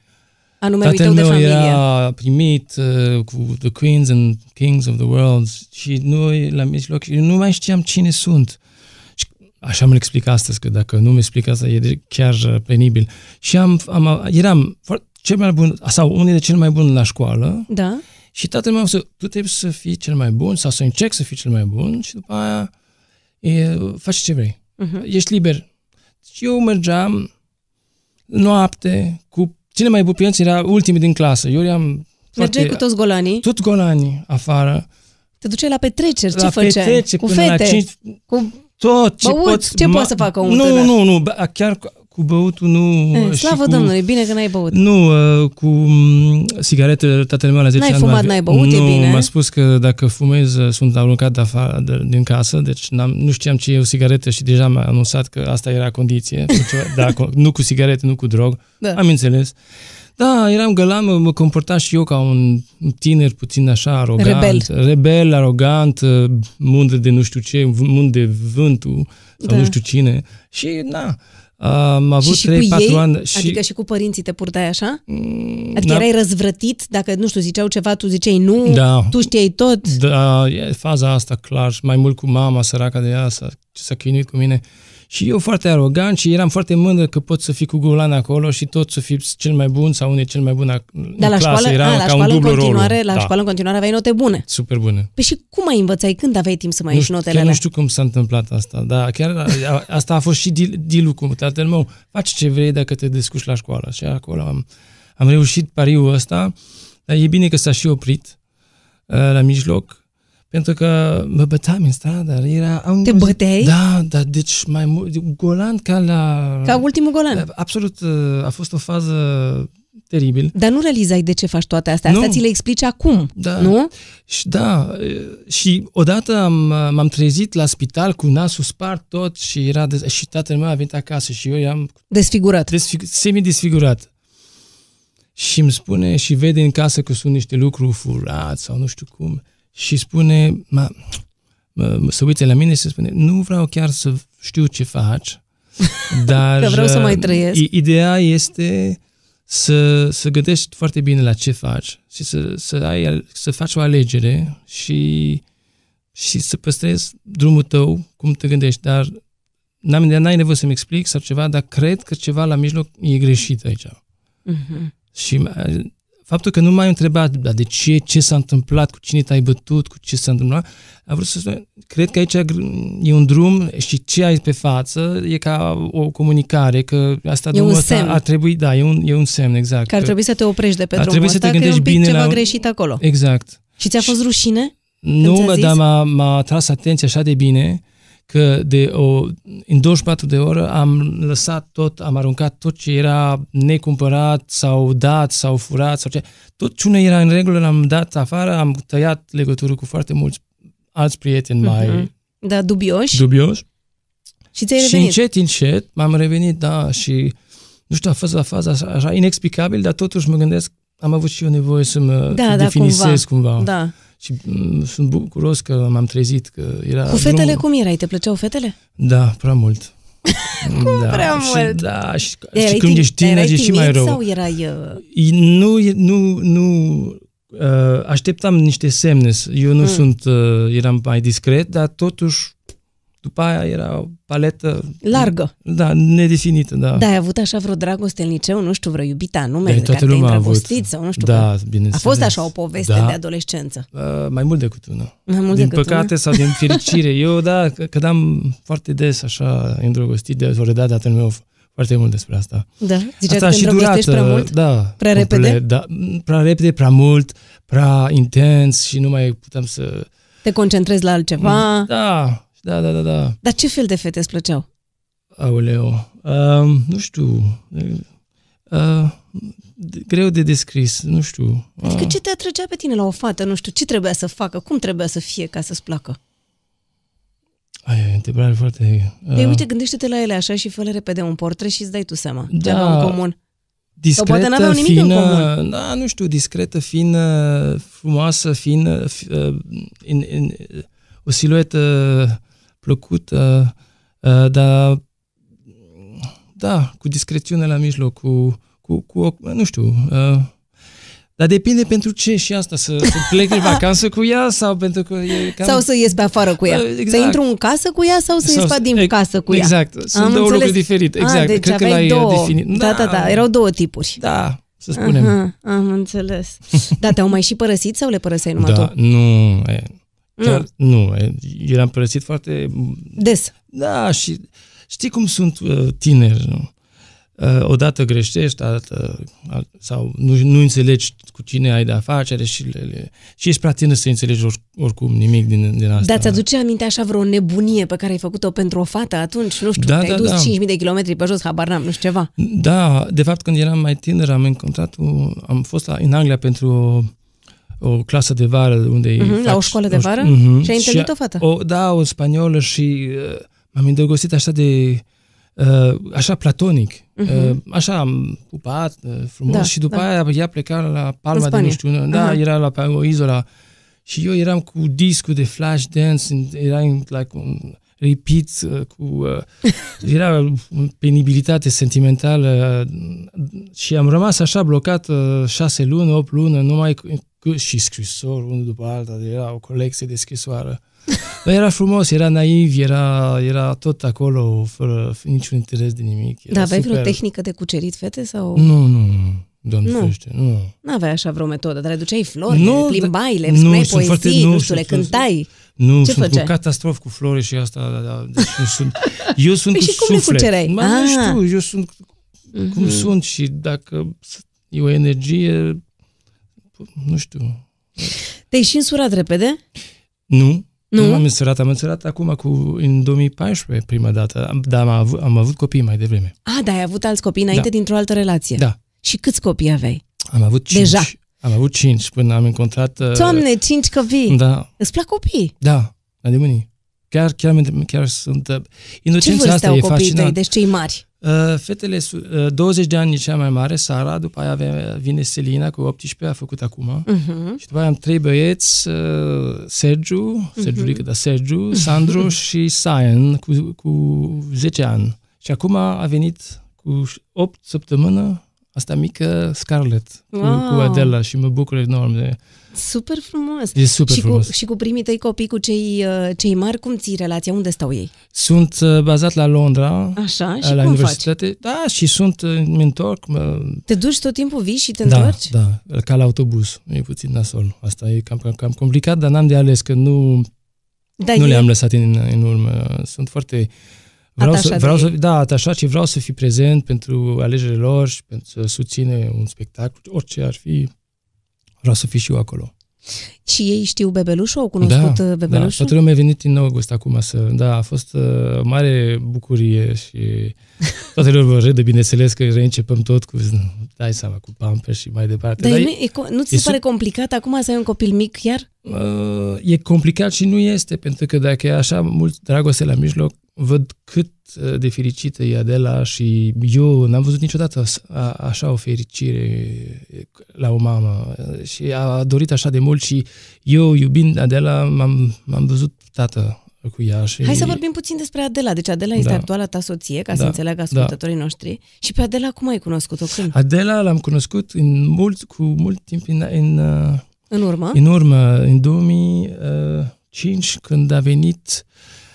[SPEAKER 2] Anume lui tău
[SPEAKER 5] Tatăl
[SPEAKER 2] de
[SPEAKER 5] meu
[SPEAKER 2] familie.
[SPEAKER 5] era primit uh, cu The Queens and Kings of the World și noi la mijloc eu nu mai știam cine sunt. Și Așa mi-l explic astăzi, că dacă nu mi explic asta, e de- chiar uh, penibil. Și am, am, eram foarte- cel mai bun, sau unul de cel mai bun la școală,
[SPEAKER 2] Da?
[SPEAKER 5] și tatăl meu a zis, tu trebuie să fii cel mai bun sau să încerci să fii cel mai bun și după aia e, faci ce vrei.
[SPEAKER 2] Mhm.
[SPEAKER 5] Uh-huh. Ești liber. Și eu mergeam noapte cu cine mai buni părinți era ultimii din clasă. Eu eram
[SPEAKER 2] Mergeai cu toți golanii,
[SPEAKER 5] tot golanii afară.
[SPEAKER 2] te duceai la petreceri, ce
[SPEAKER 5] la
[SPEAKER 2] făceai?
[SPEAKER 5] petreceri
[SPEAKER 2] cu
[SPEAKER 5] până
[SPEAKER 2] fete,
[SPEAKER 5] la cinci,
[SPEAKER 2] cu
[SPEAKER 5] tot ce
[SPEAKER 2] Băut,
[SPEAKER 5] poți.
[SPEAKER 2] ce
[SPEAKER 5] ma-
[SPEAKER 2] poate să facă omul
[SPEAKER 5] Nu,
[SPEAKER 2] tânăr?
[SPEAKER 5] nu, nu, ba- chiar cu, cu băutul nu.
[SPEAKER 2] E,
[SPEAKER 5] și
[SPEAKER 2] Eh, Slavă
[SPEAKER 5] cu,
[SPEAKER 2] Domnului, bine că n-ai băut.
[SPEAKER 5] Nu, uh, cu mm, sigarete, tatăl meu la 10
[SPEAKER 2] N-ai
[SPEAKER 5] ani...
[SPEAKER 2] fumat,
[SPEAKER 5] m-a-
[SPEAKER 2] n-ai băut, e
[SPEAKER 5] nu,
[SPEAKER 2] bine.
[SPEAKER 5] m-a spus că dacă fumez, uh, sunt aruncat de afară, de, din casă, deci n-am, nu știam ce e o sigaretă și deja mi-a anunțat că asta era condiție. cu ceva- da, cu- nu cu sigarete, nu cu drog.
[SPEAKER 2] Da.
[SPEAKER 5] Am înțeles. Da, eram gălan, mă, mă comportam și eu ca un tiner puțin așa arogant.
[SPEAKER 2] Rebel.
[SPEAKER 5] Rebel, arogant, uh, mândru de nu știu ce, v- mândru de vântul sau
[SPEAKER 2] Da.
[SPEAKER 5] nu știu cine. Și, na, am avut
[SPEAKER 2] și, și
[SPEAKER 5] 3-4
[SPEAKER 2] cu ei,
[SPEAKER 5] ani. Și,
[SPEAKER 2] adică și cu părinții te purtai așa? Adică
[SPEAKER 5] da.
[SPEAKER 2] erai răzvrătit, dacă, nu știu, ziceau ceva, tu ziceai nu,
[SPEAKER 5] Da.
[SPEAKER 2] tu știai tot.
[SPEAKER 5] Da, e faza asta, clar, și mai mult cu mama, săraca de ea, s-a, s-a chinuit cu mine. Și eu foarte arogant și eram foarte mândră că pot să fii cu Golan acolo și tot să fii cel mai bun sau unul e cel mai bun ac- în
[SPEAKER 2] Dar la
[SPEAKER 5] clasă.
[SPEAKER 2] școală,
[SPEAKER 5] Era
[SPEAKER 2] a, la
[SPEAKER 5] ca
[SPEAKER 2] școală
[SPEAKER 5] un
[SPEAKER 2] în
[SPEAKER 5] dublu
[SPEAKER 2] continuare,
[SPEAKER 5] rolul.
[SPEAKER 2] la
[SPEAKER 5] da,
[SPEAKER 2] școală în continuare aveai note bune.
[SPEAKER 5] Super bună.
[SPEAKER 2] Păi și cum ai învățai? Când aveai timp să mai
[SPEAKER 5] Nu
[SPEAKER 2] ieși
[SPEAKER 5] știu,
[SPEAKER 2] notele
[SPEAKER 5] chiar nu
[SPEAKER 2] alea?
[SPEAKER 5] știu cum s-a întâmplat asta, dar chiar a- a- asta a fost și deal- deal-ul cu tatăl meu. Faci ce vrei dacă te descurci la școală. Și acolo am, am reușit pariul ăsta, dar e bine că s-a și oprit uh, la mijloc, pentru că mă băteam în stradă, era... am
[SPEAKER 2] Te
[SPEAKER 5] îngrozit-
[SPEAKER 2] băteai?
[SPEAKER 5] Da, dar deci mai mult... Golan ca la...
[SPEAKER 2] Ca ultimul
[SPEAKER 5] Da,
[SPEAKER 2] golan.
[SPEAKER 5] Absolut, uh, a fost o fază teribil.
[SPEAKER 2] Dar nu realizai de ce faci toate astea. Asta
[SPEAKER 5] Nu.
[SPEAKER 2] ți le explici acum,
[SPEAKER 5] Da.
[SPEAKER 2] nu?
[SPEAKER 5] Și da, e, și odată am, m-am trezit la spital cu nasul spart tot și era de, și tatăl meu a venit acasă și eu eram
[SPEAKER 2] Desfigurat.
[SPEAKER 5] desfig, semi-desfigurat. Și îmi spune și vede în casă că sunt niște lucruri furați sau nu știu cum și spune, ma, mă, mă- se uite la mine și se spune, nu vreau chiar să știu ce faci, dar
[SPEAKER 2] Că vreau să mai
[SPEAKER 5] uh,
[SPEAKER 2] trăiesc.
[SPEAKER 5] i- Ideea este să, să gândești foarte bine la ce faci și să, să, ai, să faci o alegere și, și să păstrezi drumul tău cum te gândești, dar n-am, n-ai nevoie să-mi explic sau ceva, dar cred că ceva la mijloc e greșit aici.
[SPEAKER 2] Mhm.
[SPEAKER 5] Și uh, faptul că nu m-ai întrebat dar de ce, ce s-a întâmplat, cu cine te-ai bătut, cu ce s-a întâmplat, a vrut să spun, cred că aici gr- e un drum și ce ai pe față e ca o comunicare, că asta
[SPEAKER 2] un
[SPEAKER 5] drumul ăsta
[SPEAKER 2] semn.
[SPEAKER 5] a trebui, da, e un, e un semn, exact.
[SPEAKER 2] Că ar trebui să te oprești de pe
[SPEAKER 5] Ar
[SPEAKER 2] drumul
[SPEAKER 5] trebui să
[SPEAKER 2] ăsta,
[SPEAKER 5] te
[SPEAKER 2] că e un
[SPEAKER 5] gândești
[SPEAKER 2] pic
[SPEAKER 5] bine
[SPEAKER 2] ceva
[SPEAKER 5] la-
[SPEAKER 2] greșit acolo.
[SPEAKER 5] Exact.
[SPEAKER 2] Și ți-a fost rușine?
[SPEAKER 5] Nu,
[SPEAKER 2] ți-a
[SPEAKER 5] bă,
[SPEAKER 2] zis?
[SPEAKER 5] dar m-a, m-a atras atenția așa de bine că de o, în 24 de ore am lăsat tot, am aruncat tot ce era necumpărat sau dat sau furat sau ce. Tot ce nu era în regulă l-am dat afară, am tăiat legătură cu foarte mulți alți prieteni mai
[SPEAKER 2] Mhm. Da, dubioși.
[SPEAKER 5] dubioși.
[SPEAKER 2] și ți-ai
[SPEAKER 5] Și
[SPEAKER 2] revenit.
[SPEAKER 5] încet, încet m-am revenit, da, și nu știu, a fost la faza așa, așa inexplicabil, dar totuși mă gândesc, am avut și eu nevoie să mă
[SPEAKER 2] Da, da,
[SPEAKER 5] definisez cumva.
[SPEAKER 2] Da.
[SPEAKER 5] Și mm, m- sunt bucuros că m-am trezit, că era...
[SPEAKER 2] Cu fetele
[SPEAKER 5] drumul.
[SPEAKER 2] cum erai? Te plăceau fetele?
[SPEAKER 5] Da, prea mult. Cum da,
[SPEAKER 2] prea
[SPEAKER 5] și,
[SPEAKER 2] mult?
[SPEAKER 5] Da, și,
[SPEAKER 2] Erai
[SPEAKER 5] și când
[SPEAKER 2] timid-
[SPEAKER 5] ești tiner
[SPEAKER 2] erai
[SPEAKER 5] e și mai
[SPEAKER 2] timid
[SPEAKER 5] rău.
[SPEAKER 2] Sau erai... Uh,
[SPEAKER 5] I- Nu, e- nu, nu uh, așteptam niște semne. Eu nu mm. sunt, uh, eram mai discret, dar totuși după aia era o paletă
[SPEAKER 2] largă.
[SPEAKER 5] da, nedefinită, da.
[SPEAKER 2] Da, ai avut așa vreo dragoste în liceu, nu știu, vreo iubita anume,
[SPEAKER 5] Dar
[SPEAKER 2] de care
[SPEAKER 5] toată
[SPEAKER 2] te-ai
[SPEAKER 5] lumea a avut.
[SPEAKER 2] îndrăgostit sau nu știu.
[SPEAKER 5] Da,
[SPEAKER 2] cum. a
[SPEAKER 5] bineînțeles.
[SPEAKER 2] fost așa o poveste
[SPEAKER 5] Da.
[SPEAKER 2] de adolescență.
[SPEAKER 5] Uh, mai mult decât una.
[SPEAKER 2] Mai mult
[SPEAKER 5] din
[SPEAKER 2] decât
[SPEAKER 5] păcate
[SPEAKER 2] una?
[SPEAKER 5] sau din fericire. Eu, da, c- cădeam foarte des așa îndrăgostit de Soledadatul meu foarte mult despre asta.
[SPEAKER 2] Da, ziceai
[SPEAKER 5] asta
[SPEAKER 2] că
[SPEAKER 5] a
[SPEAKER 2] te
[SPEAKER 5] și
[SPEAKER 2] îndrăgostești
[SPEAKER 5] durat.
[SPEAKER 2] prea mult.
[SPEAKER 5] Da,
[SPEAKER 2] Prea
[SPEAKER 5] complet,
[SPEAKER 2] repede?
[SPEAKER 5] Da, m, prea repede, prea mult, prea intens și nu mai puteam să...
[SPEAKER 2] Te concentrezi la altceva.
[SPEAKER 5] Da, da, da, da, da.
[SPEAKER 2] Dar ce fel de fete îți plăceau?
[SPEAKER 5] Aoleu, uh, nu știu, uh, de- greu de descris, nu știu.
[SPEAKER 2] Adică
[SPEAKER 5] Ah.
[SPEAKER 2] ce te atrăgea pe tine la o fată? Nu știu, ce trebuia să facă? Cum trebuia să fie ca să-ți placă?
[SPEAKER 5] Ai, ai, o întrebare foarte...
[SPEAKER 2] Uh.
[SPEAKER 5] ah,
[SPEAKER 2] Păi uite, gândește-te la ele așa și fă repede un portret și îți dai tu seama da. ce
[SPEAKER 5] Da.
[SPEAKER 2] aveau în comun.
[SPEAKER 5] discretă,
[SPEAKER 2] poate n-aveau nimic în
[SPEAKER 5] fină, Da, nu știu, discretă, fină, frumoasă, fină, f- uh, în, în, o siluetă plăcută, uh, dar da, cu discrețiune la mijloc, cu, cu, cu o- nu știu, uh, dar depinde pentru ce și asta, să, să plec în vacanță cu ea sau pentru că e cam...
[SPEAKER 2] Sau să ies pe afară cu ea.
[SPEAKER 5] Uh, exact.
[SPEAKER 2] Să intru în casă cu ea sau să ies
[SPEAKER 5] Sau-
[SPEAKER 2] pe din
[SPEAKER 5] e-
[SPEAKER 2] casă cu ea.
[SPEAKER 5] exact. Sunt două lucruri diferite,
[SPEAKER 2] A,
[SPEAKER 5] exact.
[SPEAKER 2] deci
[SPEAKER 5] Cred că
[SPEAKER 2] aveai
[SPEAKER 5] l-ai,
[SPEAKER 2] două.
[SPEAKER 5] uh, definit.
[SPEAKER 2] Da, da,
[SPEAKER 5] Da.
[SPEAKER 2] da. Erau două tipuri.
[SPEAKER 5] Da, să spunem.
[SPEAKER 2] Aha, am înțeles. Da, te-au mai și părăsit sau le părăseai numai
[SPEAKER 5] Da,
[SPEAKER 2] tu?
[SPEAKER 5] nu, e, chiar nu, e, eram părăsit foarte,
[SPEAKER 2] Des.
[SPEAKER 5] da, și știi cum sunt uh, tineri, nu? Uh, Odată greșești, altă, alt, sau nu, nu înțelegi cu cine ai de afacere și, le, le, și ești prea tânăr să înțelegi or, oricum nimic din, din asta.
[SPEAKER 2] Dar ți-aduce aminte așa vreo nebunie pe care ai făcut-o pentru o fată atunci? Nu știu,
[SPEAKER 5] Da,
[SPEAKER 2] te-ai
[SPEAKER 5] da,
[SPEAKER 2] dus
[SPEAKER 5] da.
[SPEAKER 2] 5.000 de kilometri pe jos, habar n-am, nu știu ceva.
[SPEAKER 5] Da, de fapt când eram mai tânăr am încontrat, o- am fost la, în Anglia pentru o, o clasă de vară unde
[SPEAKER 2] Mhm, la
[SPEAKER 5] faci-
[SPEAKER 2] o școală de
[SPEAKER 5] o ș-
[SPEAKER 2] vară?
[SPEAKER 5] Mhm.
[SPEAKER 2] Și ai întâlnit o fată?
[SPEAKER 5] O, da, o spaniolă și uh, m-am îndrăgostit așa de uh, așa platonic. Uh, așa am pupat, uh, frumos
[SPEAKER 2] Mhm. Da,
[SPEAKER 5] și după
[SPEAKER 2] da.
[SPEAKER 5] aia ea pleca la Palma de
[SPEAKER 2] Spania.
[SPEAKER 5] nu știu unde. Da,
[SPEAKER 2] Aha.
[SPEAKER 5] era la pe o izolă și eu eram cu discul de flash dance, în- era în, like, un repeat uh, cu... Uh, era o penibilitate sentimentală uh, și am rămas așa blocat uh, șase luni, opt luni, numai cu, cu, și scrisori unul după alta, era o colecție de scrisoare. Dar era frumos, era naiv, era, era tot acolo, fără niciun interes de nimic.
[SPEAKER 2] Dar
[SPEAKER 5] Era
[SPEAKER 2] Da, aveai vreo
[SPEAKER 5] super.
[SPEAKER 2] tehnică de cucerit fete sau...
[SPEAKER 5] Nu, nu, nu, doamne
[SPEAKER 2] Nu.
[SPEAKER 5] ferește, nu.
[SPEAKER 2] N-aveai așa vreo metodă, dar le duceai flori,
[SPEAKER 5] Nu,
[SPEAKER 2] le plimbai, le
[SPEAKER 5] da-
[SPEAKER 2] spuneai
[SPEAKER 5] nu,
[SPEAKER 2] poezii,
[SPEAKER 5] sunt foarte-
[SPEAKER 2] nu,
[SPEAKER 5] nu,
[SPEAKER 2] știu, le
[SPEAKER 5] sunt-
[SPEAKER 2] cântai.
[SPEAKER 5] Nu,
[SPEAKER 2] Ce
[SPEAKER 5] sunt
[SPEAKER 2] făceai?
[SPEAKER 5] cu catastrof cu flori și asta, da, da, deci nu sunt, eu sunt
[SPEAKER 2] Păi
[SPEAKER 5] cu
[SPEAKER 2] și cum le
[SPEAKER 5] suflet.
[SPEAKER 2] cucereai?
[SPEAKER 5] Mă,
[SPEAKER 2] Ah.
[SPEAKER 5] nu știu, eu sunt cum sunt și dacă s- e o energie, nu știu.
[SPEAKER 2] Te-ai și însurat repede?
[SPEAKER 5] Nu,
[SPEAKER 2] Nu?
[SPEAKER 5] nu m-am însurat, am însurat acum cu, în 2014 prima dată, am- dar am avut, am avut copii mai devreme.
[SPEAKER 2] A, dar ai avut alți copii înainte
[SPEAKER 5] Da.
[SPEAKER 2] dintr-o altă relație.
[SPEAKER 5] Da,
[SPEAKER 2] Și câți copii aveai?
[SPEAKER 5] am avut cinci.
[SPEAKER 2] Deja.
[SPEAKER 5] Am avut cinci până am încontrat... uh,
[SPEAKER 2] Doamne, cinci copii!
[SPEAKER 5] Da,
[SPEAKER 2] Îți plac copii?
[SPEAKER 5] da, la de mâini. Chiar, chiar, mi- chiar sunt... uh,
[SPEAKER 2] Ce
[SPEAKER 5] Inocența
[SPEAKER 2] vârstă
[SPEAKER 5] asta
[SPEAKER 2] au
[SPEAKER 5] e
[SPEAKER 2] copiii tăi?
[SPEAKER 5] fascinantă.
[SPEAKER 2] Deci cei mari.
[SPEAKER 5] Uh, Fetele, su- uh, 20 de ani e cea mai mare, Sara, după aia avea- vine Selina cu 18, a făcut acum.
[SPEAKER 2] Mhm.
[SPEAKER 5] Și după aia am trei băieți, uh, Sergiu,
[SPEAKER 2] Mhm.
[SPEAKER 5] Sergiu Rică, da, Sergiu, Sandro și Sayan cu, cu 10 ani. Și acum a venit cu 8 săptămână asta mică Scarlett cu,
[SPEAKER 2] Wow.
[SPEAKER 5] cu Adela și mă bucur enorm. De,
[SPEAKER 2] Super frumos!
[SPEAKER 5] e super
[SPEAKER 2] și,
[SPEAKER 5] frumos.
[SPEAKER 2] Cu, și cu primii tăi copii, cu cei, uh, cei mari, cum ții relația? Unde stau ei?
[SPEAKER 5] Sunt uh, bazat la Londra,
[SPEAKER 2] Așa? Ah, Și
[SPEAKER 5] la
[SPEAKER 2] cum faci?
[SPEAKER 5] universitate. Da, și sunt, uh, mă întorc, mă,
[SPEAKER 2] Te duci tot timpul, vii și te
[SPEAKER 5] Da,
[SPEAKER 2] întorci?
[SPEAKER 5] da, ca la autobuz, e puțin nasol. Asta e cam, cam, cam complicat, dar n-am de ales, că nu,
[SPEAKER 2] Da,
[SPEAKER 5] nu
[SPEAKER 2] e-
[SPEAKER 5] le-am lăsat în, în urmă. Sunt foarte... Vreau
[SPEAKER 2] Atașat
[SPEAKER 5] să,
[SPEAKER 2] de
[SPEAKER 5] vreau
[SPEAKER 2] ei.
[SPEAKER 5] să, da, atașat și vreau să fiu prezent pentru alegerile lor și pentru să susține un spectacol, orice ar fi, vreau să fiu și eu acolo.
[SPEAKER 2] Și ei știu bebelușul? Au cunoscut uh,
[SPEAKER 5] da,
[SPEAKER 2] bebelușul?
[SPEAKER 5] toată lumea a venit în august acum să... Da, a fost uh, mare bucurie și toată lumea râde, bineînțeles, că reîncepem tot cu, dai seama, cu pamper și mai departe.
[SPEAKER 2] Dar
[SPEAKER 5] Dar
[SPEAKER 2] e,
[SPEAKER 5] e-
[SPEAKER 2] nu, e, co- nu ți se
[SPEAKER 5] e
[SPEAKER 2] pare complicat acum să ai un copil mic chiar?
[SPEAKER 5] Uh, e complicat și nu este, pentru că dacă e așa mult dragoste la mijloc, văd cât uh, de fericită e Adela și eu n-am văzut niciodată as- a- așa o fericire uh, la o mamă Uh, și a dorit așa de mult și eu, iubind Adela, m-am, m-am văzut tată legătură cu ea și...
[SPEAKER 2] Hai să vorbim puțin despre Adela. Deci Adela este
[SPEAKER 5] Da.
[SPEAKER 2] actuala ta soție, ca să
[SPEAKER 5] Da,
[SPEAKER 2] înțeleagă
[SPEAKER 5] da.
[SPEAKER 2] ascultătorii noștri. Și pe Adela cum ai cunoscut-o? Când?
[SPEAKER 5] Adela l-am cunoscut în mult, cu mult timp în, în, uh,
[SPEAKER 2] În urmă?
[SPEAKER 5] în urmă, în 2005, când a venit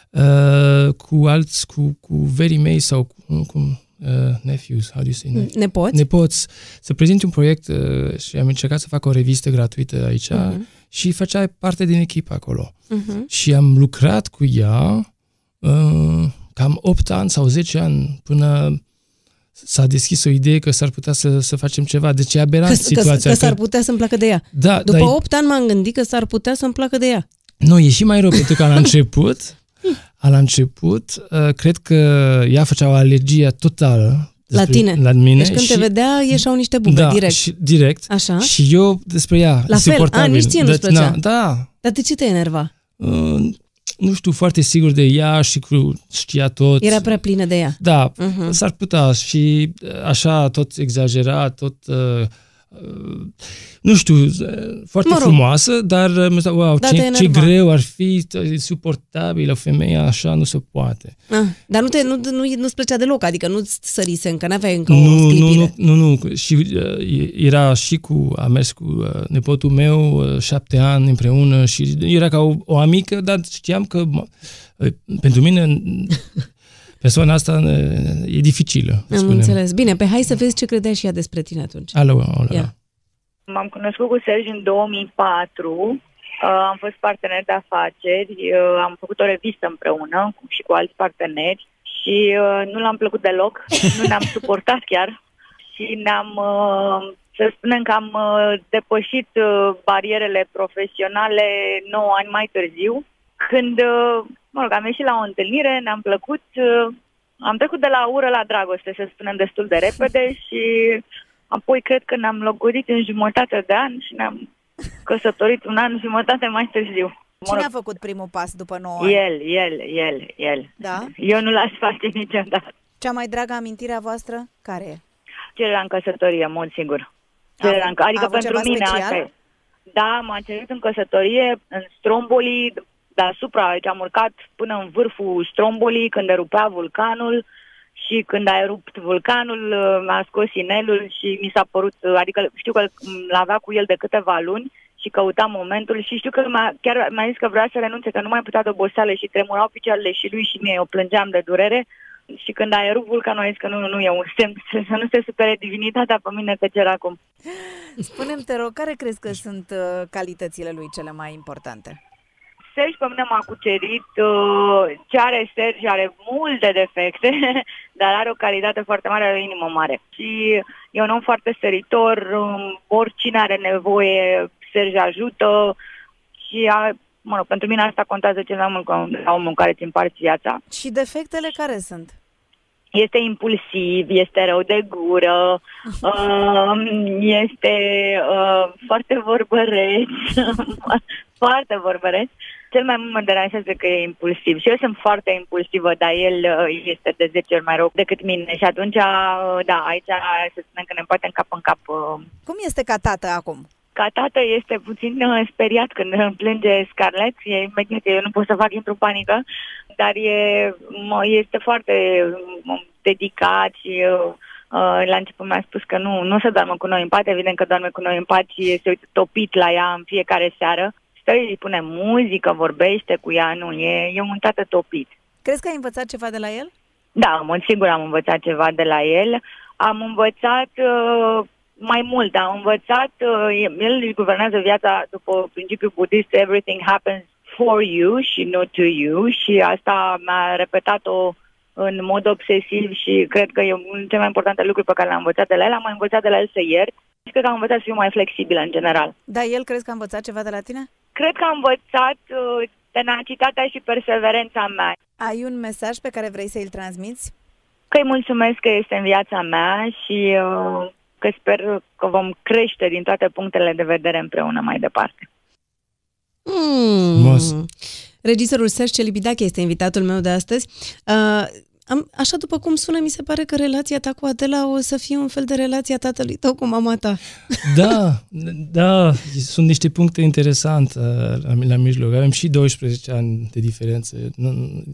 [SPEAKER 5] uh, cu alți, cu, cu verii mei sau cu, cu uh, nephews, how do you say nephews?
[SPEAKER 2] Nepoți?
[SPEAKER 5] nepoți, să prezint un proiect uh, și am încercat să fac o revistă gratuită aici
[SPEAKER 2] Mhm.
[SPEAKER 5] uh-huh. și făceai parte din echipă acolo. Uh-huh. Și am lucrat cu ea uh, cam 8 ani sau 10 ani până s-a deschis o idee că s-ar putea să, să facem ceva. Deci e aberant
[SPEAKER 2] Că, că,
[SPEAKER 5] situația.
[SPEAKER 2] că s-ar putea să-mi placă de ea.
[SPEAKER 5] da,
[SPEAKER 2] După
[SPEAKER 5] dar e-
[SPEAKER 2] 8 ani m-am gândit că s-ar putea să-mi placă de ea.
[SPEAKER 5] Nu, e și mai rău pentru că la început, la început, uh, cred că ea făcea o alergie totală
[SPEAKER 2] La
[SPEAKER 5] despre-
[SPEAKER 2] tine.
[SPEAKER 5] La mine.
[SPEAKER 2] Deci când
[SPEAKER 5] și,
[SPEAKER 2] te vedea, ieșau niște bube
[SPEAKER 5] da,
[SPEAKER 2] direct.
[SPEAKER 5] Și, direct.
[SPEAKER 2] Așa.
[SPEAKER 5] Și eu despre ea,
[SPEAKER 2] fel.
[SPEAKER 5] insuportabil.
[SPEAKER 2] A, nici ție nu-ți
[SPEAKER 5] Da,
[SPEAKER 2] plăcea.
[SPEAKER 5] na, Da,
[SPEAKER 2] Dar de ce te enerva?
[SPEAKER 5] Uh, nu știu, foarte sigur de ea și cu, știa tot.
[SPEAKER 2] Era prea plină de ea.
[SPEAKER 5] Da,
[SPEAKER 2] Mhm.
[SPEAKER 5] uh-huh. s-ar putea și uh, așa tot exagera, tot... Uh, uh, nu știu, uh, foarte
[SPEAKER 2] Mă rog.
[SPEAKER 5] mă rog. frumoasă, dar uh, mi-a zis, wow,
[SPEAKER 2] Da, te
[SPEAKER 5] ce, ce
[SPEAKER 2] enerva.
[SPEAKER 5] greu ar fi, t- e suportabilă, femeia așa nu se poate.
[SPEAKER 2] Ah, dar nu te, nu, nu, nu-ți plăcea deloc, adică nu-ți sărise încă, n-aveai încă o
[SPEAKER 5] nu, nu,
[SPEAKER 2] sclipire.
[SPEAKER 5] nu, nu, nu, și uh, era și cu, a mers cu uh, nepotul meu uh, șapte ani împreună și era ca o, o amică, dar știam că mă, uh, pentru mine persoana asta uh, e dificilă, să
[SPEAKER 2] Am
[SPEAKER 5] spunem.
[SPEAKER 2] înțeles. Bine, pe hai să vezi ce credea și ea despre tine atunci.
[SPEAKER 5] Alo, alo,
[SPEAKER 2] Ia.
[SPEAKER 5] alo.
[SPEAKER 10] M-am cunoscut cu Sergi în 2004, Uh, am fost partener de afaceri, uh, am făcut o revistă împreună cu- și cu alți parteneri și uh, nu l-am plăcut deloc, nu ne-am suportat chiar și ne-am, uh, să spunem că am uh, depășit uh, barierele profesionale 9 ani mai târziu, când, uh, mă rog, am ieșit la o întâlnire, ne-am plăcut, uh, am trecut de la ură la dragoste, să spunem, destul de repede și apoi cred că ne-am locurit în jumătate de an și ne-am căsătorit un an jumătate mai târziu. Mă
[SPEAKER 9] Cine a
[SPEAKER 10] rog,
[SPEAKER 9] făcut primul pas după 9 ani?
[SPEAKER 10] el, el, el, el.
[SPEAKER 9] Da?
[SPEAKER 10] Eu nu l-aș face niciodată.
[SPEAKER 9] Cea mai dragă amintire a voastră? Care e?
[SPEAKER 10] Cererea în căsătorie, în mod sigur. Cererea în...
[SPEAKER 9] A
[SPEAKER 10] Adică
[SPEAKER 9] avut
[SPEAKER 10] pentru
[SPEAKER 9] ceva
[SPEAKER 10] mine
[SPEAKER 9] special?
[SPEAKER 10] asta e. Da, m-am cerut în căsătorie, în Stromboli, deasupra, deci am urcat până în vârful Stromboli, când erupea vulcanul și când a erupt vulcanul, uh, m-a scos inelul și mi s-a părut, uh, adică știu că m, l-avea cu el de câteva luni și căuta momentul și știu că m-a, chiar mi-a zis că vrea să renunțe, că nu mai putea de oboseală și tremurau picioarele și lui și mie, eu plângeam de durere și când a erupt vulcanul a zis că nu, nu, nu e un semn, să nu se supere divinitatea pe mine că cer acum.
[SPEAKER 9] Spune-mi, te rog, care crezi că sunt uh, calitățile lui cele mai importante?
[SPEAKER 10] Sergi pe mine m-a cucerit. uh, Ce are Sergi are multe defecte, dar are o calitate foarte mare, are o inimă mare. Și e un om foarte săritor, um, oricine are nevoie, Sergi ajută. Și a, mă rog, pentru mine asta contează cel mai mult ca la omul în care îți împarți viața.
[SPEAKER 9] Și defectele care sunt?
[SPEAKER 10] Este impulsiv, este rău de gură, um, este uh, foarte vorbăreț, foarte vorbăreț. Cel mai mult mă deranjează că e impulsiv și eu sunt foarte impulsivă, dar el uh, este de 10 ori mai rău decât mine și atunci, uh, da, aici să spunem că ne poate în cap în cap. uh.
[SPEAKER 9] Cum este ca tată acum?
[SPEAKER 10] Ca tată este puțin uh, speriat când îmi plânge Scarlett, e imediat, eu nu pot să fac, intru în panică, dar e, mă, este foarte um, dedicat și uh, uh, la început mi-a spus că nu, nu se doarmă cu noi în pat, evident că doarme cu noi în pat și se uită topit la ea în fiecare seară. Stă, îi pune muzică, vorbește cu ea, nu, e, e un tată topit.
[SPEAKER 9] Crezi că ai învățat ceva de la el?
[SPEAKER 10] Da, în mod sigur am învățat ceva de la el. Am învățat uh, mai mult, am învățat, uh, el își guvernează viața după principiul budist, everything happens for you și not to you și asta mi-a repetat-o în mod obsesiv și cred că e unul dintre cele mai importante lucruri pe care le-am învățat de la el. Am mai învățat de la el să iert și cred că am învățat să fiu mai flexibilă în general.
[SPEAKER 9] Da, el crezi că a învățat ceva de la tine?
[SPEAKER 10] Cred că am învățat uh, tenacitatea și perseverența mea.
[SPEAKER 9] Ai un mesaj pe care vrei să-l transmiți?
[SPEAKER 10] că îi mulțumesc că este în viața mea și uh, că sper că vom crește din toate punctele de vedere împreună mai departe.
[SPEAKER 2] Mm.
[SPEAKER 5] Frumos.
[SPEAKER 2] Hmm. Regizorul Serge Celibidache este invitatul meu de astăzi. Uh, am, așa după cum sună, mi se pare că relația ta cu Adela o să fie un fel de relația tatălui tău cu mama ta.
[SPEAKER 5] Da, da, sunt niște puncte interesante uh, la, la mijloc. Avem și 12 ani de diferență.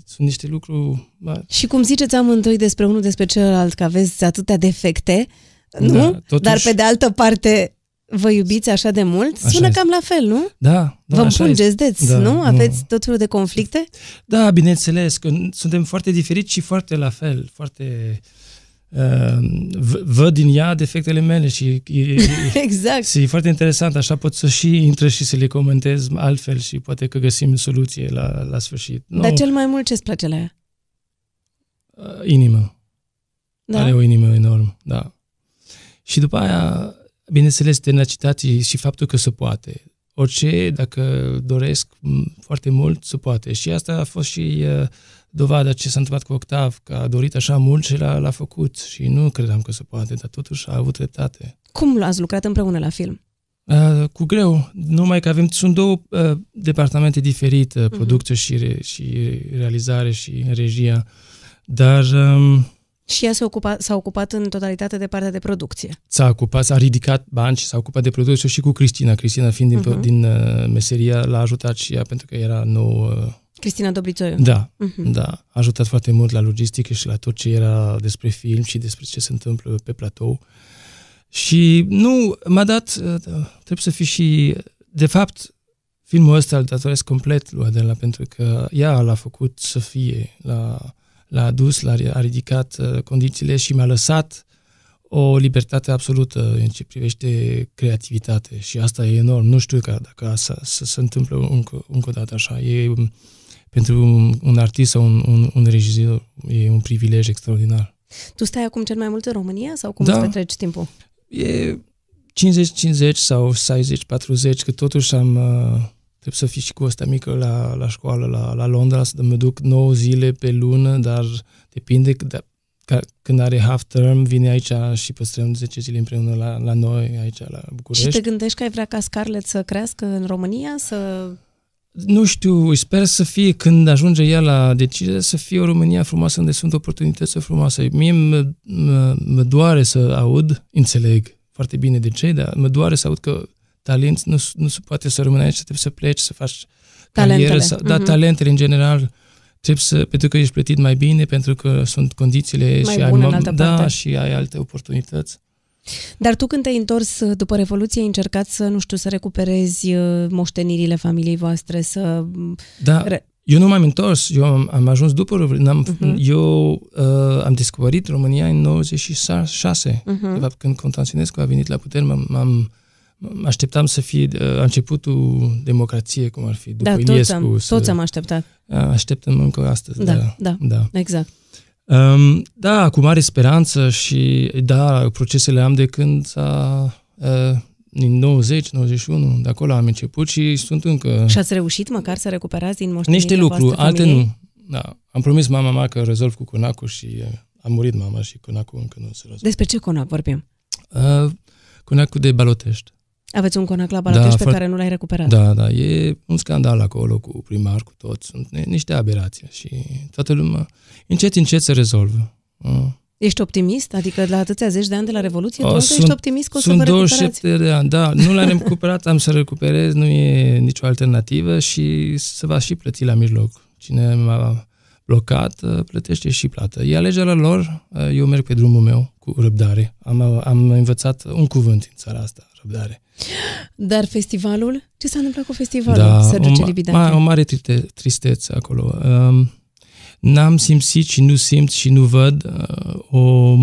[SPEAKER 5] Sunt niște lucruri...
[SPEAKER 2] Și cum ziceți amândoi despre unul despre celălalt, că aveți atâtea defecte, nu? Da, totuși... Dar pe de altă parte vă iubiți așa de mult, așa sună este. cam la fel, nu?
[SPEAKER 5] Da. da
[SPEAKER 2] vă împungeți, deți, da, nu? Aveți nu. tot felul de conflicte?
[SPEAKER 5] Da, bineînțeles, că suntem foarte diferiți și foarte la fel, foarte... Uh, văd din ea defectele mele și e,
[SPEAKER 2] exact.
[SPEAKER 5] și e foarte interesant, așa pot să și intră și să le comentez altfel și poate că găsim soluție la, la sfârșit.
[SPEAKER 2] No. Dar cel mai mult ce-ți place la ea?
[SPEAKER 5] Uh, inimă. Da? Are o inimă enormă, da. Și după aia bineînțeles, tenacitatea și faptul că se poate. Orice, dacă doresc foarte mult, se poate. Și asta a fost și uh, dovada ce s-a întâmplat cu Octav, că a dorit așa mult și l-a, l-a făcut. Și nu credeam că se poate, dar totuși a avut dreptate.
[SPEAKER 2] Cum ați lucrat împreună la film?
[SPEAKER 5] Uh, cu greu, numai că avem, sunt două uh, departamente diferite, uh-huh. producție și, re, și realizare și regia, dar... Um,
[SPEAKER 2] și ea s-a ocupat, s-a ocupat în totalitate de partea de producție.
[SPEAKER 5] S-a ocupat, s-a ridicat bani și s-a ocupat de producție și cu Cristina. Cristina fiind din, uh-huh. din uh, meseria, l-a ajutat și ea pentru că era nou... Uh...
[SPEAKER 2] Cristina Dobrițoiu. Mhm.
[SPEAKER 5] Da, uh-huh. da. A ajutat foarte mult la logistică și la tot ce era despre film și despre ce se întâmplă pe platou. Și nu, m-a dat, uh, trebuie să fii și... De fapt, filmul ăsta îl datoresc complet lui Adela pentru că ea l-a făcut să fie la l-a adus, l-a a ridicat uh, condițiile și mi-a lăsat o libertate absolută în ce privește creativitate și asta e enorm. Nu știu că dacă asta să se întâmplă încă, încă o dată așa. E, pentru un, un artist sau un, un, un regizor e un privilej extraordinar.
[SPEAKER 2] Tu stai acum cel mai mult în România sau cum da. îți petreci timpul?
[SPEAKER 5] E 50-50 sau 60-40, că totuși am... Uh, trebuie să fii și cu ăsta mică la, la școală, la, la Londra, să mă duc 9 zile pe lună, dar depinde că, de, că când are half term, vine aici și păstrăm 10 zile împreună la, la noi, aici, la București.
[SPEAKER 2] Și te gândești că ai vrea ca Scarlett să crească în România, să...
[SPEAKER 5] Nu știu, sper să fie, când ajunge ea la decizie, să fie o România frumoasă unde sunt oportunități frumoase. Mie mă, mă, mă doare să aud, înțeleg foarte bine de ce, dar mă doare să aud că talent, nu, nu se poate să rămâi aici, trebuie să pleci, să faci
[SPEAKER 2] talentele. Mhm.
[SPEAKER 5] carieră. Sau, da, mm-hmm. talentele în general, trebuie să, pentru că ești plătit mai bine, pentru că sunt condițiile
[SPEAKER 2] mai
[SPEAKER 5] și,
[SPEAKER 2] ai,
[SPEAKER 5] da,
[SPEAKER 2] parte.
[SPEAKER 5] și ai alte oportunități.
[SPEAKER 2] Dar tu când te-ai întors după Revoluție, ai încercat să, nu știu, să recuperezi uh, moștenirile familiei voastre, să...
[SPEAKER 5] Da, re- eu nu m-am întors, eu am, am ajuns după Revoluție, am
[SPEAKER 2] Mhm.
[SPEAKER 5] uh-huh. eu uh, am descoperit România în 96,
[SPEAKER 2] Mhm.
[SPEAKER 5] uh-huh. de fapt când Constantinescu a venit la putere, m-am, m-am așteptam să fie uh, începutul democrației, cum ar fi, după
[SPEAKER 2] da,
[SPEAKER 5] Iliescu.
[SPEAKER 2] Toți am, să, toți am așteptat.
[SPEAKER 5] Așteptăm încă astăzi.
[SPEAKER 2] Da, da, da,
[SPEAKER 5] da.
[SPEAKER 2] exact.
[SPEAKER 5] Um, da, cu mare speranță și, da, procesele am de când s-a... Uh, din 90, 91, de acolo am început și sunt încă...
[SPEAKER 2] Și ați reușit măcar să recuperați din
[SPEAKER 5] moștenirea Mm. Niște lucruri, alte nu. Da. Am promis mama mea că rezolv cu conacul și uh, a murit mama și conacul încă nu se rezolvă.
[SPEAKER 2] Despre ce conac vorbim?
[SPEAKER 5] Uh, conacul de Balotești.
[SPEAKER 2] Aveți un conac la Balatești da, pe far... care nu l-ai recuperat.
[SPEAKER 5] Da, da, e un scandal acolo cu primar, cu toți, sunt niște aberații și toată lumea încet, încet se rezolvă. Uh.
[SPEAKER 2] Ești optimist? Adică la atâția zeci de ani de la Revoluție, o, sunt, ești optimist că o să Sunt
[SPEAKER 5] 27 de ani, da, nu l-am recuperat, am să recuperez, nu e nicio alternativă și se va și plăti la mijloc. Cine m-a blocat, uh, plătește și plată. E alegerea lor, uh, eu merg pe drumul meu cu răbdare. Am, am învățat un cuvânt în țara asta, răbdare.
[SPEAKER 2] Dar festivalul? Ce s-a întâmplat cu festivalul, da, Sergiu
[SPEAKER 5] o, ma, o mare triste, tristețe acolo. Um, n-am simțit și nu simt și nu văd uh, o,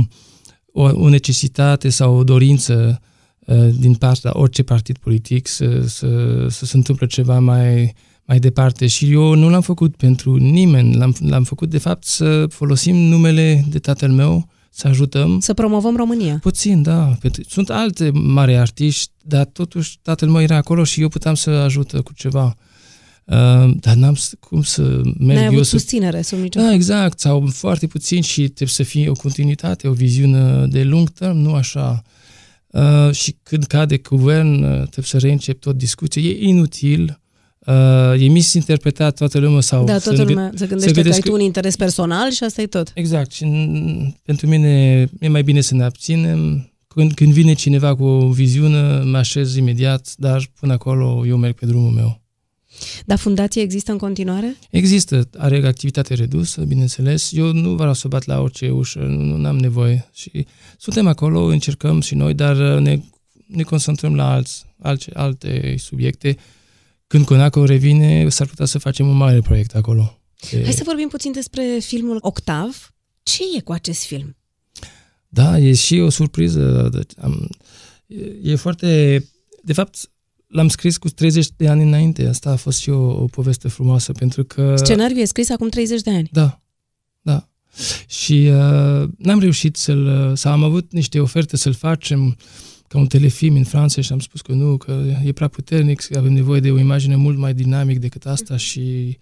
[SPEAKER 5] o, o necesitate sau o dorință uh, din partea orice partid politic să, să, să se întâmple ceva mai mai departe și eu nu l-am făcut pentru nimeni, l-am, l-am făcut de fapt să folosim numele de tatăl meu, să ajutăm.
[SPEAKER 2] Să promovăm România.
[SPEAKER 5] Puțin, da. Sunt alte mari artiști, dar totuși tatăl meu era acolo și eu puteam să ajută cu ceva. Uh, dar n-am cum să merg N-ai eu
[SPEAKER 2] avut
[SPEAKER 5] să...
[SPEAKER 2] susținere sub niciun
[SPEAKER 5] Da, exact, sau foarte puțin și trebuie să fie o continuitate, o viziune de lung term, nu așa. Uh, și când cade guvern, trebuie să reîncep tot discuția. E inutil uh, e misinterpretat, toată lumea sau...
[SPEAKER 2] Da, toată lumea se gândește se că ai tu un interes personal și asta e tot.
[SPEAKER 5] Exact. Și n- pentru mine e mai bine să ne abținem. Când, când vine cineva cu o viziune, mă așez imediat, dar până acolo eu merg pe drumul meu.
[SPEAKER 2] Dar fundația există în continuare?
[SPEAKER 5] Există, are activitate redusă, bineînțeles. Eu nu vreau să bat la orice ușă, nu, nu am nevoie. Și suntem acolo, încercăm și noi, dar uh, ne, ne concentrăm la alți, alte, alte subiecte. Când Conaco revine, s-ar putea să facem un mare proiect acolo.
[SPEAKER 2] E... Hai să vorbim puțin despre filmul Octav. Ce e cu acest film?
[SPEAKER 5] Da, e și o surpriză. Deci, am, e, e foarte... De fapt, l-am scris cu 30 de ani înainte. Asta a fost și o, o poveste frumoasă, pentru că...
[SPEAKER 2] Scenariul e scris acum 30 de ani.
[SPEAKER 5] Da, da. Și uh, n-am reușit să-l... uh, Sau am avut niște oferte să-l facem ca un telefilm în Franța și am spus că nu, că e prea puternic, că avem nevoie de o imagine mult mai dinamic decât asta și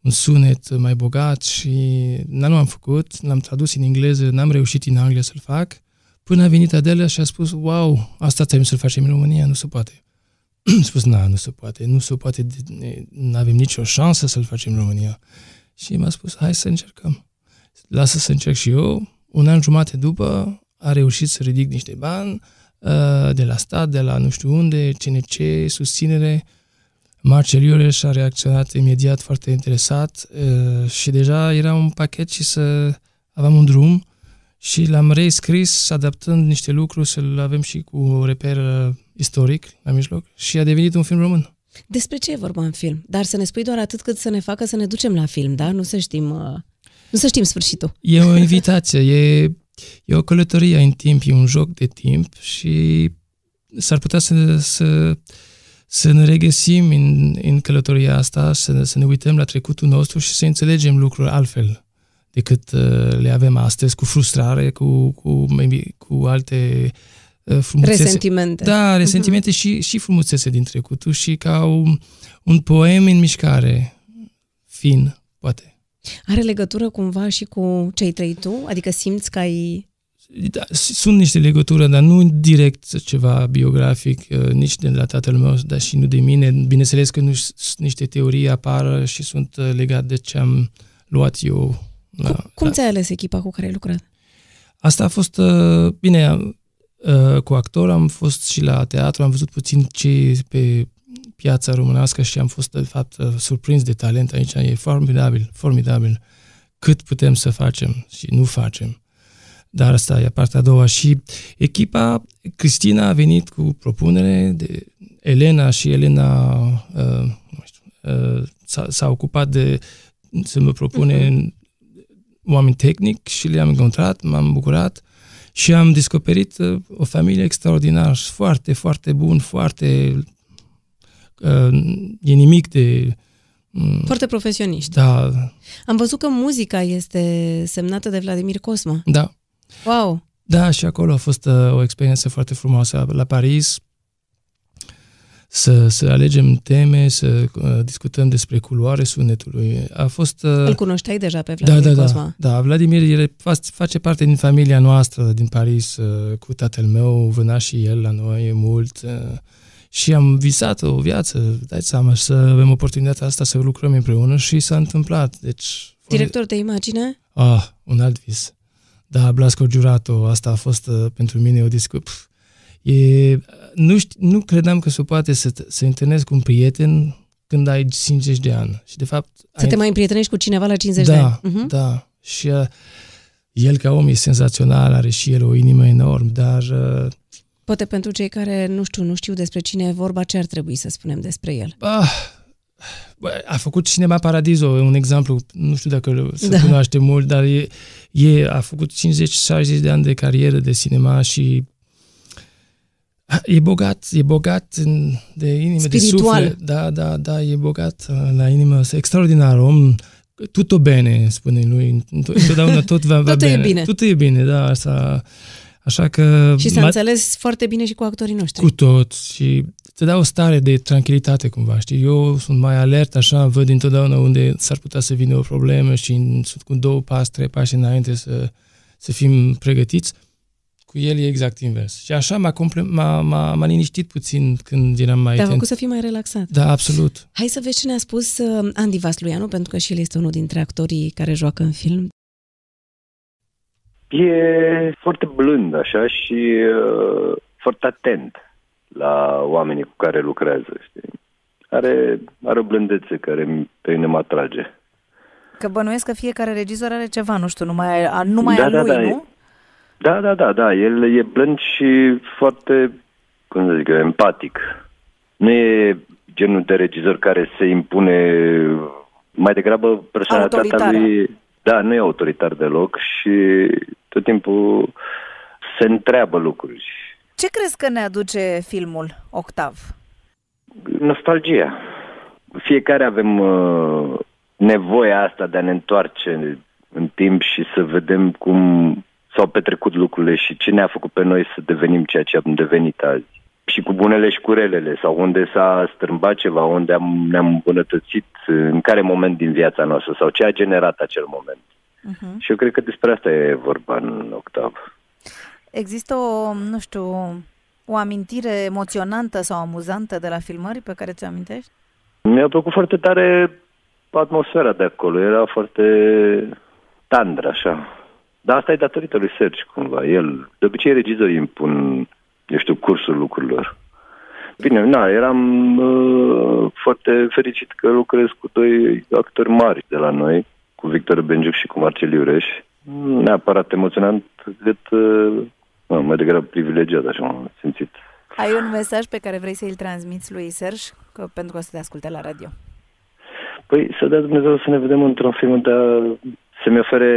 [SPEAKER 5] un sunet mai bogat și nu am făcut, l-am tradus în engleză, n-am reușit în Anglia să-l fac, până a venit Adela și a spus, wow, asta trebuie să-l facem în România, nu se poate spus, na, nu se poate, nu se poate, nu avem nicio șansă să-l facem în România. Și mi-a spus, hai să încercăm. Lasă să încerc și eu. Un an jumate după a reușit să ridic niște bani uh, de la stat, de la nu știu unde, CNC, susținere. Marcel Iureș a reacționat imediat foarte interesat uh, și deja era un pachet și să aveam un drum și l-am reescris adaptând niște lucruri să-l avem și cu un reper uh, istoric la mijloc și a devenit un film român.
[SPEAKER 2] Despre ce e vorba în film? Dar să ne spui doar atât cât să ne facă să ne ducem la film, da? Nu să știm, nu să știm sfârșitul.
[SPEAKER 5] E o invitație, e, e o călătorie în timp, e un joc de timp și s-ar putea să, să, să ne regăsim în, în călătoria asta, să, să ne uităm la trecutul nostru și să înțelegem lucruri altfel decât uh, le avem astăzi, cu frustrare, cu, cu, cu alte uh,
[SPEAKER 2] frumusețe. Resentimente.
[SPEAKER 5] Da, resentimente uh-huh. și, și frumusețe din trecutul și ca un, un poem în mișcare, fin, poate.
[SPEAKER 2] Are legătură cumva și cu ce ai trăit tu? Adică simți că ai...
[SPEAKER 5] Da, sunt niște legătură, dar nu direct ceva biografic, uh, nici de la tatăl meu, dar și nu de mine. Bineînțeles că nu, niște teorii apar și sunt legate de ce am luat eu. uh,
[SPEAKER 2] La, cum
[SPEAKER 5] da.
[SPEAKER 2] cum la... ți-ai ales echipa cu care ai lucrat?
[SPEAKER 5] Asta a fost, uh, bine, uh, cu actor am fost și la teatru, am văzut puțin ce pe piața românească și am fost, de fapt, uh, surprins de talent aici. E formidabil, formidabil cât putem să facem și nu facem. Dar asta e partea a doua. Și echipa, Cristina a venit cu propunere de Elena și Elena uh, nu știu, uh, s-a, s-a ocupat de să mă propune uh-huh. oameni tehnic și le-am encontrat, m-am bucurat și am descoperit uh, o familie extraordinară, foarte, foarte bun, foarte... Uh, e nimic de... Mm.
[SPEAKER 2] Um, foarte profesioniști.
[SPEAKER 5] Da.
[SPEAKER 2] Am văzut că muzica este semnată de Vladimir Cosma.
[SPEAKER 5] Da.
[SPEAKER 2] Wow!
[SPEAKER 5] Da, și acolo a fost uh, o experiență foarte frumoasă la Paris. Să, să alegem teme, să uh, discutăm despre culoare sunetului. A fost... Uh,
[SPEAKER 2] Îl cunoșteai deja pe Vladimir
[SPEAKER 5] da, da,
[SPEAKER 2] Cosma?
[SPEAKER 5] Da, da. Vladimir el face parte din familia noastră din Paris, uh, cu tatăl meu, vâna și el la noi mult uh, și am visat o viață, dai seama, să avem oportunitatea asta să lucrăm împreună și s-a întâmplat. Deci,
[SPEAKER 2] Director de imagine?
[SPEAKER 5] Ah, un alt vis. Da, Blasco Giurato, asta a fost uh, pentru mine o discuție. E, nu, știu, nu credeam că se poate să, să întâlnesc cu un prieten când ai 50 de ani. Și de fapt, să
[SPEAKER 2] ai... te mai împrietenești cu cineva la 50
[SPEAKER 5] da,
[SPEAKER 2] de ani. Uh-huh.
[SPEAKER 5] Da, și uh, el ca om e senzațional, are și el o inimă enorm, dar... Uh,
[SPEAKER 2] Poate pentru cei care nu știu, nu știu despre cine e vorba, ce ar trebui să spunem despre el?
[SPEAKER 5] Ah, a făcut Cinema Paradiso, un exemplu, nu știu dacă se da. cunoaște mult, dar e, e, a făcut 50-60 de ani de carieră de cinema și E bogat, e bogat de inimă,
[SPEAKER 2] Spiritual.
[SPEAKER 5] de suflet. Da, da, da, e bogat la inimă. E extraordinar om. Tutto bene, spune lui. Întotdeauna tot va, va
[SPEAKER 2] tot
[SPEAKER 5] bine.
[SPEAKER 2] e bine.
[SPEAKER 5] Tot e bine, da, asta... Așa că...
[SPEAKER 2] Și s-a ma... înțeles foarte bine și cu actorii noștri.
[SPEAKER 5] Cu tot și te dau o stare de tranquilitate cumva, știi? Eu sunt mai alert, așa, văd întotdeauna unde s-ar putea să vină o problemă și sunt cu două pași, trei pași înainte să, să fim pregătiți Cu el e exact invers. Și așa m-a, comple- m-a, m-a, m-a liniștit puțin când eram mai
[SPEAKER 2] Te-a
[SPEAKER 5] atent.
[SPEAKER 2] făcut să fii mai relaxat.
[SPEAKER 5] Da, absolut.
[SPEAKER 2] Hai să vezi ce ne-a spus uh, Andy Vasluianu, pentru că și el este unul dintre actorii care joacă în film.
[SPEAKER 11] E foarte blând așa și uh, foarte atent la oamenii cu care lucrează, știi? Are, are o blândețe care pe mine mă atrage.
[SPEAKER 9] Că bănuiesc că fiecare regizor are ceva, nu știu, numai, a, numai da, a lui,
[SPEAKER 11] da,
[SPEAKER 9] nu?
[SPEAKER 11] e- Da, da, da, da, el e blând și foarte, cum să zic, eu, empatic. Nu e genul de regizor care se impune mai degrabă personalitatea
[SPEAKER 9] Autoritară.
[SPEAKER 11] lui. Da, nu e autoritar deloc și tot timpul se întreabă lucruri.
[SPEAKER 9] Ce crezi că ne aduce filmul Octav?
[SPEAKER 11] Nostalgia. Fiecare avem uh, nevoia asta de a ne întoarce în timp și să vedem cum s-au petrecut lucrurile și ce ne-a făcut pe noi să devenim ceea ce am devenit azi. Și cu bunele și cu relele, sau unde s-a strâmbat ceva, unde am, ne-am îmbunătățit, în care moment din viața noastră, sau ce a generat acel moment.
[SPEAKER 9] Uh-huh.
[SPEAKER 11] Și eu cred că despre asta e vorba în octav.
[SPEAKER 9] Există o, nu știu, o amintire emoționantă sau amuzantă de la filmări pe care ți-o amintești?
[SPEAKER 11] Mi-a plăcut foarte tare atmosfera de acolo, era foarte tandră, așa. Dar asta e datorită lui Sergi, cumva. El, de obicei, regizorii impun, eu știu, cursul lucrurilor. Bine, na, eram uh, foarte fericit că lucrez cu doi actori mari de la noi, cu Victor Benjuc și cu Marcel Iureș. Nu Neapărat emoționant, cât uh, mă, mai degrabă privilegiat, așa m-am simțit.
[SPEAKER 9] Ai un mesaj pe care vrei să-l transmiți lui Serj, că, pentru că o să te asculte la radio.
[SPEAKER 11] Păi să dea Dumnezeu să ne vedem într-un film, dar să-mi ofere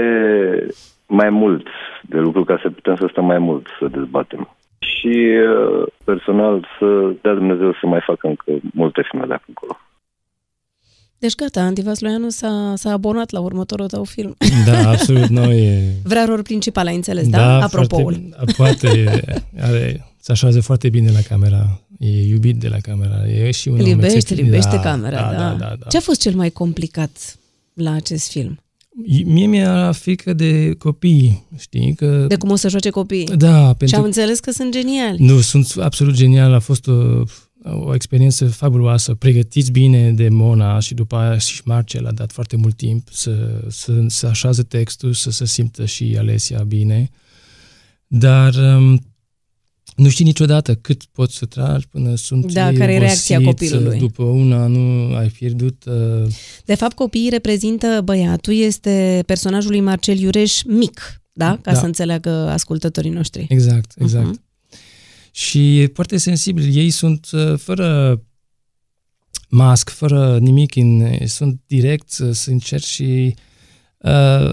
[SPEAKER 11] mai mult de lucru ca să putem să stăm mai mult, să dezbatem. Și uh, personal să dea Dumnezeu să mai facă încă multe filme de acum încolo.
[SPEAKER 2] Deci gata, Andy Vasluianu s-a, s-a abonat la următorul tău film.
[SPEAKER 5] Da, absolut, nu e...
[SPEAKER 2] Vrea rolul principal, ai înțeles, da? Apropoul.
[SPEAKER 5] Foarte, poate, e- are, se așează foarte bine la camera. E iubit de la camera. E și un
[SPEAKER 2] Îl iubește, îl
[SPEAKER 5] omețet-
[SPEAKER 2] iubește
[SPEAKER 5] da,
[SPEAKER 2] camera, da,
[SPEAKER 5] Da, da, da, da.
[SPEAKER 2] Ce a fost cel mai complicat la acest film?
[SPEAKER 5] Mie mi-a frică de copii, știi? Că,
[SPEAKER 2] De cum o să joace copiii?
[SPEAKER 5] Da,
[SPEAKER 2] Și am
[SPEAKER 5] pentru Mm.
[SPEAKER 2] înțeles că sunt geniali.
[SPEAKER 5] Nu, sunt absolut genial. A fost o, o experiență fabuloasă. Pregătiți bine de Mona și după aia și Marcel a dat foarte mult timp să, să, să așează textul, să se simtă și Alesia bine. Dar um, nu știi niciodată cât poți să tragi până sunt
[SPEAKER 2] Da, care e reacția
[SPEAKER 5] obosit,
[SPEAKER 2] copilului.
[SPEAKER 5] După un an nu ai pierdut... Uh,
[SPEAKER 2] De fapt, copiii reprezintă băiatul, este personajul lui Marcel Iureș mic, da? Ca
[SPEAKER 5] Da.
[SPEAKER 2] să înțeleagă ascultătorii noștri.
[SPEAKER 5] Exact,
[SPEAKER 2] Mhm.
[SPEAKER 5] exact. Și e foarte sensibil. Ei sunt uh, fără mask, fără nimic, în, sunt direct, uh, sincer și uh,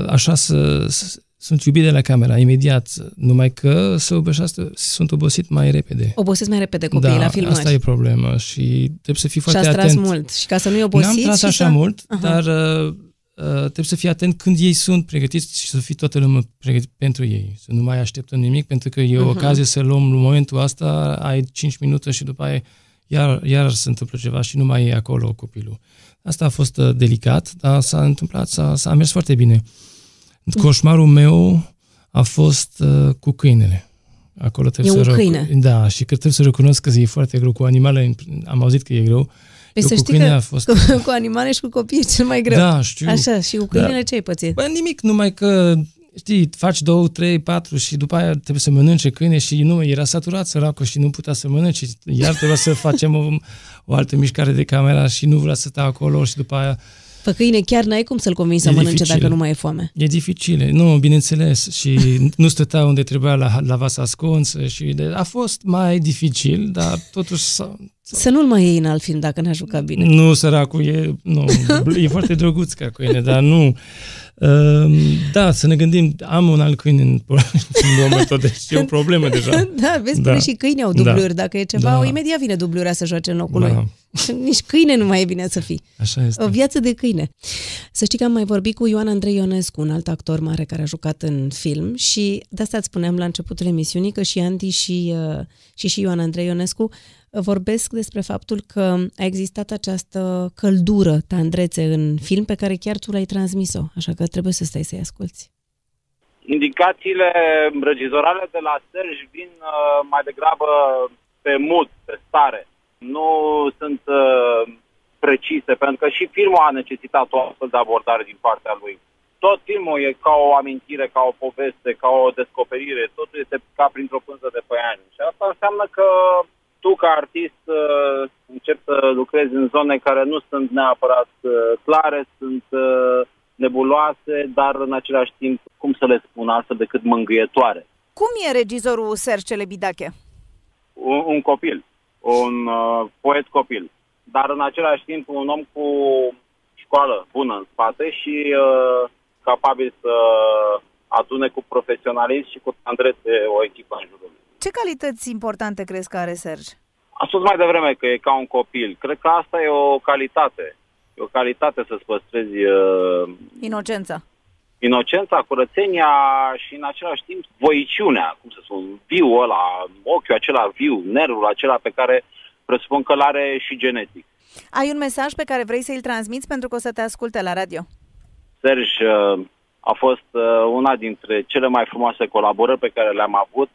[SPEAKER 5] așa să, să- sunt iubit de la camera, imediat. Numai că se obosească, sunt obosit mai repede.
[SPEAKER 2] Obosesc mai repede copiii
[SPEAKER 5] da,
[SPEAKER 2] la filmări.
[SPEAKER 5] asta e problema și trebuie să
[SPEAKER 2] și
[SPEAKER 5] fii foarte
[SPEAKER 2] ați tras
[SPEAKER 5] atent.
[SPEAKER 2] mult. Și ca să nu-i
[SPEAKER 5] N-am
[SPEAKER 2] obosiți...
[SPEAKER 5] tras
[SPEAKER 2] și
[SPEAKER 5] așa
[SPEAKER 2] să...
[SPEAKER 5] mult,
[SPEAKER 2] Aha.
[SPEAKER 5] dar uh, uh, trebuie să fii atent când ei sunt pregătiți și să fii toată lumea pregătit pentru ei. Să nu mai așteptăm nimic, pentru că e o
[SPEAKER 2] Mhm.
[SPEAKER 5] ocazie să luăm în momentul asta, ai 5 minute și după aia iar, iar se întâmplă ceva și nu mai e acolo copilul. Asta a fost uh, delicat, dar s-a întâmplat, s-a, s-a mers foarte bine.
[SPEAKER 2] Mhm.
[SPEAKER 5] Coșmarul meu a fost uh, cu câinele. Acolo trebuie
[SPEAKER 2] E
[SPEAKER 5] să
[SPEAKER 2] un
[SPEAKER 5] recu-
[SPEAKER 2] câine.
[SPEAKER 5] Da, și că trebuie să recunosc că e foarte greu cu animale. Am auzit că e greu.
[SPEAKER 2] Păi
[SPEAKER 5] Eu
[SPEAKER 2] să
[SPEAKER 5] cu
[SPEAKER 2] știi
[SPEAKER 5] câine
[SPEAKER 2] că
[SPEAKER 5] a fost...
[SPEAKER 2] cu, cu animale și cu copii e cel mai greu.
[SPEAKER 5] Da, știu.
[SPEAKER 2] Așa, și cu
[SPEAKER 5] Da.
[SPEAKER 2] câinele ce ai pățit?
[SPEAKER 5] Bă, nimic, numai că, știi, faci două, trei, patru și după aia trebuie să mănânce câine și nu, era saturat săracul și nu putea să mănânce. Iar trebuia să facem o, o altă mișcare de camera și nu vrea să stea acolo și după aia
[SPEAKER 2] Pe câine chiar n-ai cum să-l convingi să
[SPEAKER 5] E
[SPEAKER 2] mănânce
[SPEAKER 5] dificil.
[SPEAKER 2] dacă nu mai e foame.
[SPEAKER 5] e dificil. Nu, bineînțeles. Și nu stătea unde trebuia la, la vas ascunsă și de, a fost mai dificil, dar totuși s-a,
[SPEAKER 2] Să nu-l mai iei în alt film dacă n-a jucat bine.
[SPEAKER 5] Nu, săracul, e, nu, e foarte drăguț ca câine, dar nu. Um, Da, să ne gândim, am un alt câine în, în momentul de și e o problemă deja.
[SPEAKER 2] Da, vezi, da.
[SPEAKER 5] Da.
[SPEAKER 2] și câinii au dubluri.
[SPEAKER 5] Da.
[SPEAKER 2] Dacă e ceva,
[SPEAKER 5] Da.
[SPEAKER 2] da. imediat vine dublurea să joace în locul
[SPEAKER 5] Da.
[SPEAKER 2] lui. Nici câine nu mai e bine să fii.
[SPEAKER 5] Așa este.
[SPEAKER 2] O viață de câine. Să știi că am mai vorbit cu Ioan Andrei Ionescu, un alt actor mare care a jucat în film și de asta îți spuneam la începutul emisiunii că și Andy și, uh, și, și Ioan Andrei Ionescu vorbesc despre faptul că a existat această căldură, tandrețe în film pe care chiar tu l-ai transmis-o, așa că trebuie să stai să-i asculti.
[SPEAKER 11] Indicațiile regizorale de la Serge vin uh, mai degrabă pe mood, pe stare. Nu sunt uh, precise, pentru că și filmul a necesitat o astfel de abordare din partea lui. Tot filmul e ca o amintire, ca o poveste, ca o descoperire, totul este ca printr-o pânză de păiani. Și asta înseamnă că tu ca artist uh, începi să lucrezi în zone care nu sunt neapărat uh, clare, sunt uh, nebuloase, dar în același timp, cum să le spun altfel decât mângâietoare.
[SPEAKER 12] Cum e regizorul Serge Lebidache?
[SPEAKER 11] Un, un copil, un uh, poet copil, dar în același timp un om cu școală bună în spate și uh, capabil să adune cu profesionalism și cu tandrețe o echipă în jurul lui.
[SPEAKER 12] Ce calități importante crezi că are Serge?
[SPEAKER 11] Am spus mai devreme că e ca un copil. Cred că asta e o calitate. E o calitate să-ți păstrezi uh,
[SPEAKER 12] Inocența.
[SPEAKER 11] inocența, curățenia și în același timp voiciunea, cum să spun, viu ăla, ochiul acela viu, nervul acela pe care presupun că l-are și genetic.
[SPEAKER 12] Ai un mesaj pe care vrei să-l transmiți pentru că o să te asculte la radio.
[SPEAKER 11] Serge uh, a fost uh, una dintre cele mai frumoase colaborări pe care le-am avut.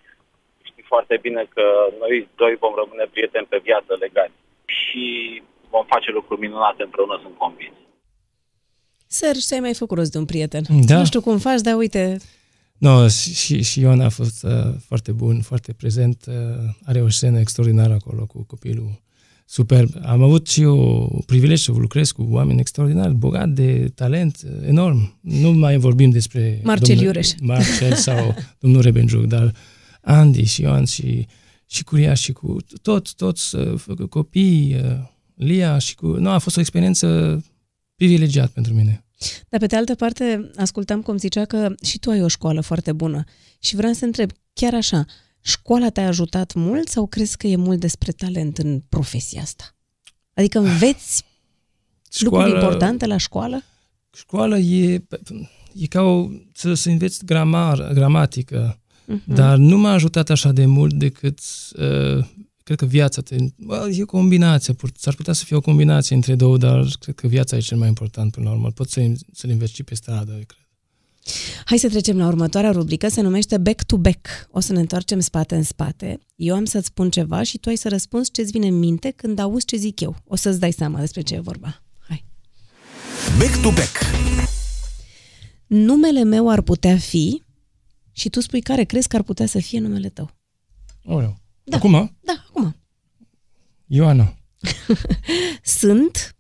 [SPEAKER 11] Știi foarte bine că noi doi vom rămâne prieteni pe viață legați și vom face lucruri minunate împreună, sunt convins.
[SPEAKER 2] Serge, ți-ai mai făcut rost de un prieten.
[SPEAKER 5] Da.
[SPEAKER 2] Nu știu cum faci, dar uite,
[SPEAKER 5] No, și- și, și Ioan a fost uh, foarte bun, foarte prezent. Uh, are o scenă extraordinară acolo cu copilul. Superb. Am avut și eu privilegiu să lucrez cu oameni extraordinari, bogat de talent uh, enorm. Nu mai vorbim despre...
[SPEAKER 2] Marcel Iureș.
[SPEAKER 5] Marcel sau domnul Rebenjuc, dar Andy și Ioan și, și Curia și cu toți, toți uh, f- copii, uh, Lia și cu... Nu, a fost o experiență privilegiată pentru mine.
[SPEAKER 2] Dar pe de altă parte, ascultam cum zicea că și tu ai o școală foarte bună și vreau să întreb, chiar așa, școala te-a ajutat mult sau crezi că e mult despre talent în profesia asta? Adică înveți lucruri importante la școală?
[SPEAKER 5] Școala e, e ca o, să, să înveți gramar, gramatică,
[SPEAKER 2] Mhm.
[SPEAKER 5] uh-huh. dar nu m-a ajutat așa de mult decât, uh, cred că viața te... Bă, e o combinație, pur- s-ar putea să fie o combinație între două, dar cred că viața e cel mai important până la urmă. Poți să, să-l înveți și pe stradă, cred.
[SPEAKER 2] Hai să trecem la următoarea rubrică, se numește Back to Back. O să ne întoarcem spate în spate. Eu am să-ți spun ceva și tu ai să răspunzi ce-ți vine în minte când auzi ce zic eu. O să-ți dai seama despre ce e vorba. Hai.
[SPEAKER 13] Back to back.
[SPEAKER 2] Numele meu ar putea fi și tu spui care crezi că ar putea să fie numele tău.
[SPEAKER 5] Oreu. Da. Acum?
[SPEAKER 2] Da, acum.
[SPEAKER 5] Ioana.
[SPEAKER 2] Sunt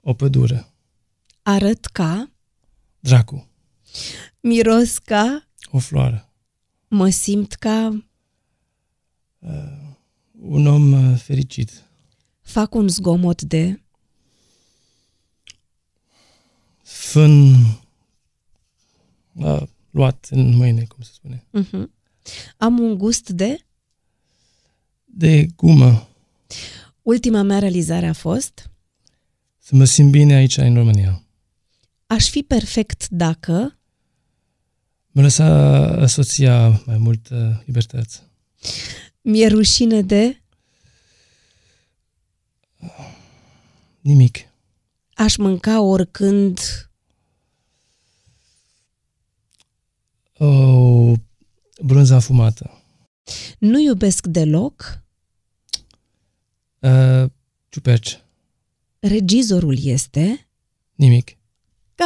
[SPEAKER 5] O pădure.
[SPEAKER 2] arăt ca,
[SPEAKER 5] Dracu.
[SPEAKER 2] miros ca,
[SPEAKER 5] O floare.
[SPEAKER 2] mă simt ca,
[SPEAKER 5] Un om uh, fericit.
[SPEAKER 2] fac un zgomot de,
[SPEAKER 5] Fân uh, luat în mâine, cum se spune.
[SPEAKER 2] uh-huh. am un gust de,
[SPEAKER 5] De gumă.
[SPEAKER 2] ultima mea realizare a fost,
[SPEAKER 5] Să mă simt bine aici, în România.
[SPEAKER 2] aș fi perfect dacă
[SPEAKER 5] Mă lăsa uh, soția mai mult uh, libertăți.
[SPEAKER 2] mi-e rușine de,
[SPEAKER 5] Nimic.
[SPEAKER 2] aș mânca oricând,
[SPEAKER 5] O brânză afumată.
[SPEAKER 2] nu iubesc deloc,
[SPEAKER 5] Uh, ciuperci.
[SPEAKER 2] regizorul este...
[SPEAKER 5] Nimic.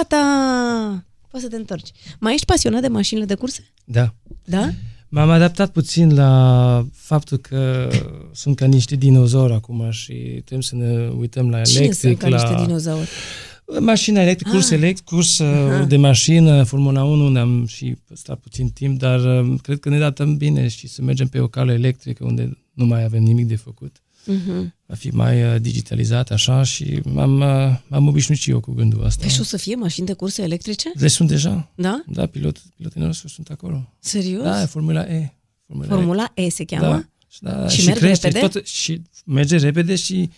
[SPEAKER 2] Gata! Poți să te întorci. Mai ești pasionat de mașinile de curse?
[SPEAKER 5] Da.
[SPEAKER 2] Da?
[SPEAKER 5] M-am adaptat puțin la faptul că sunt ca niște dinozauri acum și trebuie să ne uităm la
[SPEAKER 2] Cine
[SPEAKER 5] electric.
[SPEAKER 2] sunt ca
[SPEAKER 5] la...
[SPEAKER 2] niște dinozauri?
[SPEAKER 5] Mașina electrică, curs
[SPEAKER 2] Ah.
[SPEAKER 5] electric, curs uh,
[SPEAKER 2] Aha.
[SPEAKER 5] de mașină, Formula 1, unde am și stat puțin timp, dar uh, cred că ne datăm bine și să mergem pe o cale electrică unde nu mai avem nimic de făcut.
[SPEAKER 2] Mhm.
[SPEAKER 5] Va fi mai uh, digitalizat așa și m-am, uh, m-am obișnuit și eu cu gândul ăsta.
[SPEAKER 2] Păi și o să fie mașini de curse electrice?
[SPEAKER 5] Le sunt deja.
[SPEAKER 2] Da?
[SPEAKER 5] Da, pilot, piloții noștri sunt acolo.
[SPEAKER 2] Serios?
[SPEAKER 5] Da, e Formula E. Formula,
[SPEAKER 2] Formula E se cheamă?
[SPEAKER 5] Da. Și, da,
[SPEAKER 2] Și
[SPEAKER 5] și,
[SPEAKER 2] merg
[SPEAKER 5] crește,
[SPEAKER 2] repede?
[SPEAKER 5] Tot, și merge repede și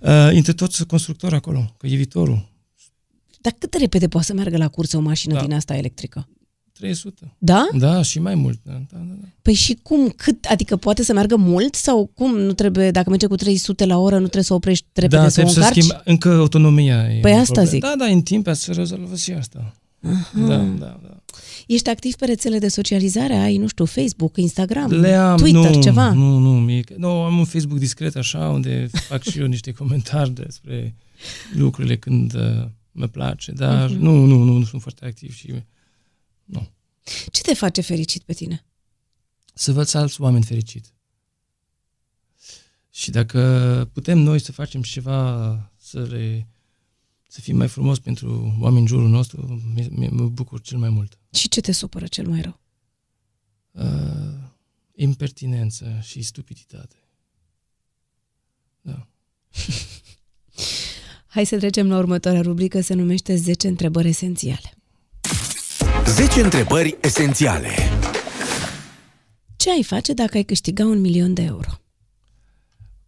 [SPEAKER 5] uh, intră toți constructori acolo, că e viitorul.
[SPEAKER 2] Dar cât de repede poate să meargă la cursă o mașină
[SPEAKER 5] Da.
[SPEAKER 2] din asta electrică?
[SPEAKER 5] 300.
[SPEAKER 2] Da?
[SPEAKER 5] Da, și mai mult. Da, da, da.
[SPEAKER 2] Păi și cum? Cât? Adică poate să meargă mult sau cum? Nu trebuie, dacă merge cu 300 la oră, nu trebuie să oprești repede
[SPEAKER 5] da,
[SPEAKER 2] să o
[SPEAKER 5] trebuie să
[SPEAKER 2] încarci?
[SPEAKER 5] schimb încă autonomia. e
[SPEAKER 2] Păi
[SPEAKER 5] un
[SPEAKER 2] asta
[SPEAKER 5] problem.
[SPEAKER 2] zic.
[SPEAKER 5] Da, da, în timp se rezolvă și asta.
[SPEAKER 2] Aha.
[SPEAKER 5] Da, da, da.
[SPEAKER 2] Ești activ pe rețele de socializare? Ai, nu știu, Facebook, Instagram,
[SPEAKER 5] Le am,
[SPEAKER 2] Twitter,
[SPEAKER 5] nu,
[SPEAKER 2] ceva?
[SPEAKER 5] Nu, nu, mie, nu, am un Facebook discret așa, unde fac și eu niște comentarii despre lucrurile când uh, mă place, dar
[SPEAKER 2] Mhm.
[SPEAKER 5] uh-huh. nu, nu, nu, nu sunt foarte activ și nu.
[SPEAKER 2] Ce te face fericit pe tine?
[SPEAKER 5] Să văd alți oameni fericit. Și dacă putem noi să facem ceva, să le să fim mai frumos pentru oameni în jurul nostru, mi- mi- mă bucur cel mai mult.
[SPEAKER 2] Și ce te supără cel mai rău?
[SPEAKER 5] uh, impertinență și stupiditate. Da.
[SPEAKER 2] Hai să trecem la următoarea rubrică, se numește 10 întrebări esențiale.
[SPEAKER 6] 10 întrebări esențiale.
[SPEAKER 2] Ce ai face dacă ai câștiga un milion de euro?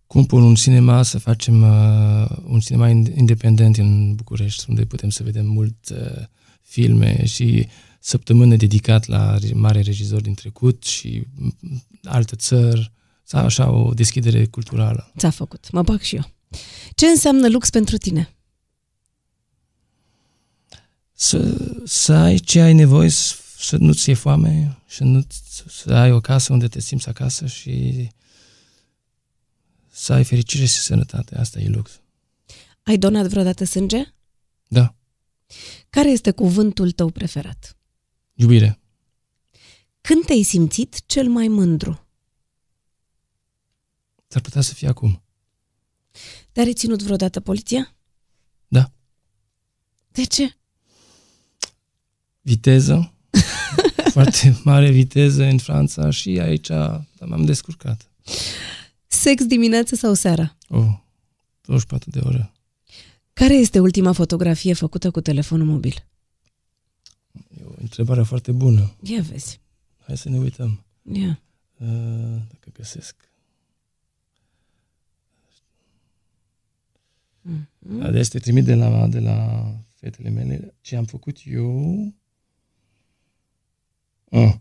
[SPEAKER 5] Cum pun un cinema să facem uh, un cinema ind- independent în București, unde putem să vedem mult uh, filme și săptămână dedicat la re- mare regizor din trecut și mm, alte țări, sau așa o deschidere culturală.
[SPEAKER 2] Ți-a făcut, mă bag și eu. Ce înseamnă lux pentru tine?
[SPEAKER 5] Să, să ai ce ai nevoie, să să nu-ți fie foame și nu să ai o casă unde te simți acasă și să ai fericire și sănătate. Asta e lux.
[SPEAKER 2] Ai donat vreodată sânge?
[SPEAKER 5] Da.
[SPEAKER 2] Care este cuvântul tău preferat?
[SPEAKER 5] Iubire.
[SPEAKER 2] Când te-ai simțit cel mai mândru?
[SPEAKER 5] S-ar putea să fie acum.
[SPEAKER 2] Te-a reținut vreodată poliția?
[SPEAKER 5] Da.
[SPEAKER 2] De ce?
[SPEAKER 5] Viteză, foarte mare viteză în Franța și aici m-am descurcat.
[SPEAKER 2] Sex dimineața sau seara?
[SPEAKER 5] Oh, 24 de ore.
[SPEAKER 2] Care este ultima fotografie făcută cu telefonul mobil?
[SPEAKER 5] E o întrebare foarte bună.
[SPEAKER 2] Ia vezi.
[SPEAKER 5] Hai să ne uităm.
[SPEAKER 2] Ia.
[SPEAKER 5] Uh, Dacă găsesc.
[SPEAKER 2] Mhm.
[SPEAKER 5] Adesea te trimit de la, de la fetele mele ce am făcut eu. Ah.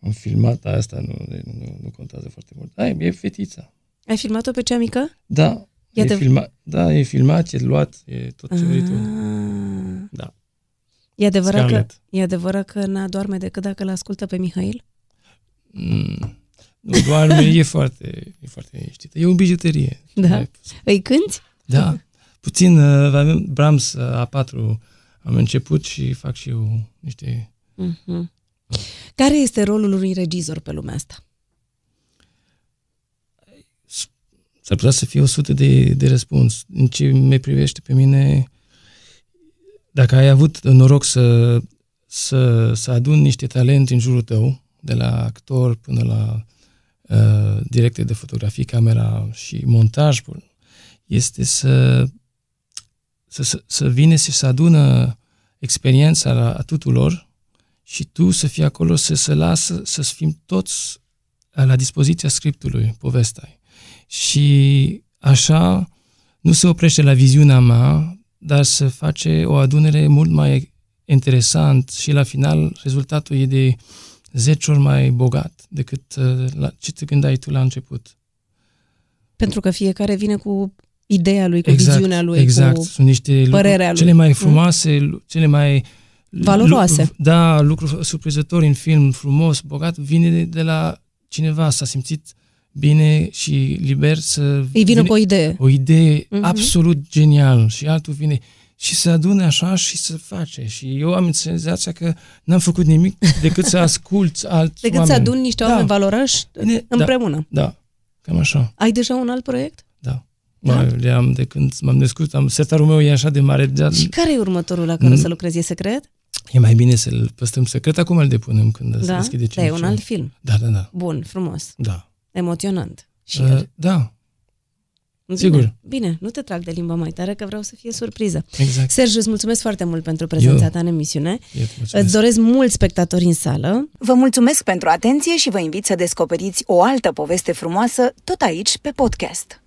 [SPEAKER 5] Am filmat, dar asta nu, nu, nu, nu contează foarte mult. Da, e e fetița.
[SPEAKER 2] Ai filmat-o pe cea mică?
[SPEAKER 5] Da,
[SPEAKER 2] Iată-
[SPEAKER 5] e filmat, da, e filmat, e luat, e tot ce vrei tu.
[SPEAKER 2] Ah.
[SPEAKER 5] Da.
[SPEAKER 2] E adevărat, că,
[SPEAKER 5] Scarlett.
[SPEAKER 2] e adevărat că n-a doarme decât dacă l-ascultă pe Mihail?
[SPEAKER 5] Mm. Nu doarme, e foarte, e foarte liniștită. E o bijuterie.
[SPEAKER 2] Da. Îi cânti?
[SPEAKER 5] Da. Puțin, uh, avem Brahms uh, A4, am început și fac și eu niște...
[SPEAKER 2] Mhm. Care este rolul unui regizor pe lumea asta?
[SPEAKER 5] S-ar putea să fie 100 de, de răspuns. În ce me privește pe mine, dacă ai avut noroc să, să, să adun niște talent în jurul tău, de la actor până la uh, directe de fotografie, camera și montaj, bun, este să, să, să, să vine și să adună experiența la, a tuturor și tu să fii acolo, să se lasă, să fim toți la dispoziția scriptului, povestea. Și așa nu se oprește la viziunea mea, dar se face o adunere mult mai interesant și la final rezultatul e de 10 ori mai bogat decât uh, la ce te gândeai tu la început.
[SPEAKER 2] Pentru că fiecare vine cu ideea lui, cu viziunea lui,
[SPEAKER 5] exact.
[SPEAKER 2] cu
[SPEAKER 5] Sunt niște
[SPEAKER 2] părerea lui.
[SPEAKER 5] cele mai
[SPEAKER 2] Mm.
[SPEAKER 5] frumoase, lu- cele mai
[SPEAKER 2] Valoroase.
[SPEAKER 5] lu- da, lucruri surprinzători în film, frumos, bogat, vine de, de la cineva, s-a simțit bine și liber să...
[SPEAKER 2] Îi vine cu o idee.
[SPEAKER 5] O idee
[SPEAKER 2] Mhm.
[SPEAKER 5] absolut genial și altul vine și se adune așa și se face. Și eu am senzația că n-am făcut nimic decât să ascult alți
[SPEAKER 2] Decât
[SPEAKER 5] oameni.
[SPEAKER 2] să adun niște
[SPEAKER 5] da,
[SPEAKER 2] oameni valoroși
[SPEAKER 5] Bine,
[SPEAKER 2] împreună.
[SPEAKER 5] Da, da, cam așa.
[SPEAKER 2] Ai deja un alt proiect?
[SPEAKER 5] Da.
[SPEAKER 2] Da?
[SPEAKER 5] da. Le-am de când m-am născut, am, setarul meu e așa de mare, dar
[SPEAKER 2] Și care e următorul la care o
[SPEAKER 5] Mm.
[SPEAKER 2] să lucrezi? E secret?
[SPEAKER 5] e mai bine să-l păstrăm secret. Acum îl depunem când se
[SPEAKER 2] da?
[SPEAKER 5] deschide
[SPEAKER 2] da, e un
[SPEAKER 5] cineva.
[SPEAKER 2] alt film.
[SPEAKER 5] Da, da, da.
[SPEAKER 2] Bun, frumos,
[SPEAKER 5] da.
[SPEAKER 2] emoționant. Și
[SPEAKER 5] Uh,
[SPEAKER 2] el.
[SPEAKER 5] da,
[SPEAKER 2] Bine,
[SPEAKER 5] sigur.
[SPEAKER 2] Bine, nu te trag de limba mai tare, că vreau să fie surpriză.
[SPEAKER 5] Exact.
[SPEAKER 2] Serge, îți mulțumesc foarte mult pentru prezența
[SPEAKER 5] Eu.
[SPEAKER 2] ta în emisiune.
[SPEAKER 5] Eu te mulțumesc.
[SPEAKER 2] Îți doresc mulți spectatori în sală.
[SPEAKER 14] Vă mulțumesc pentru atenție și vă invit să descoperiți o altă poveste frumoasă tot aici pe podcast.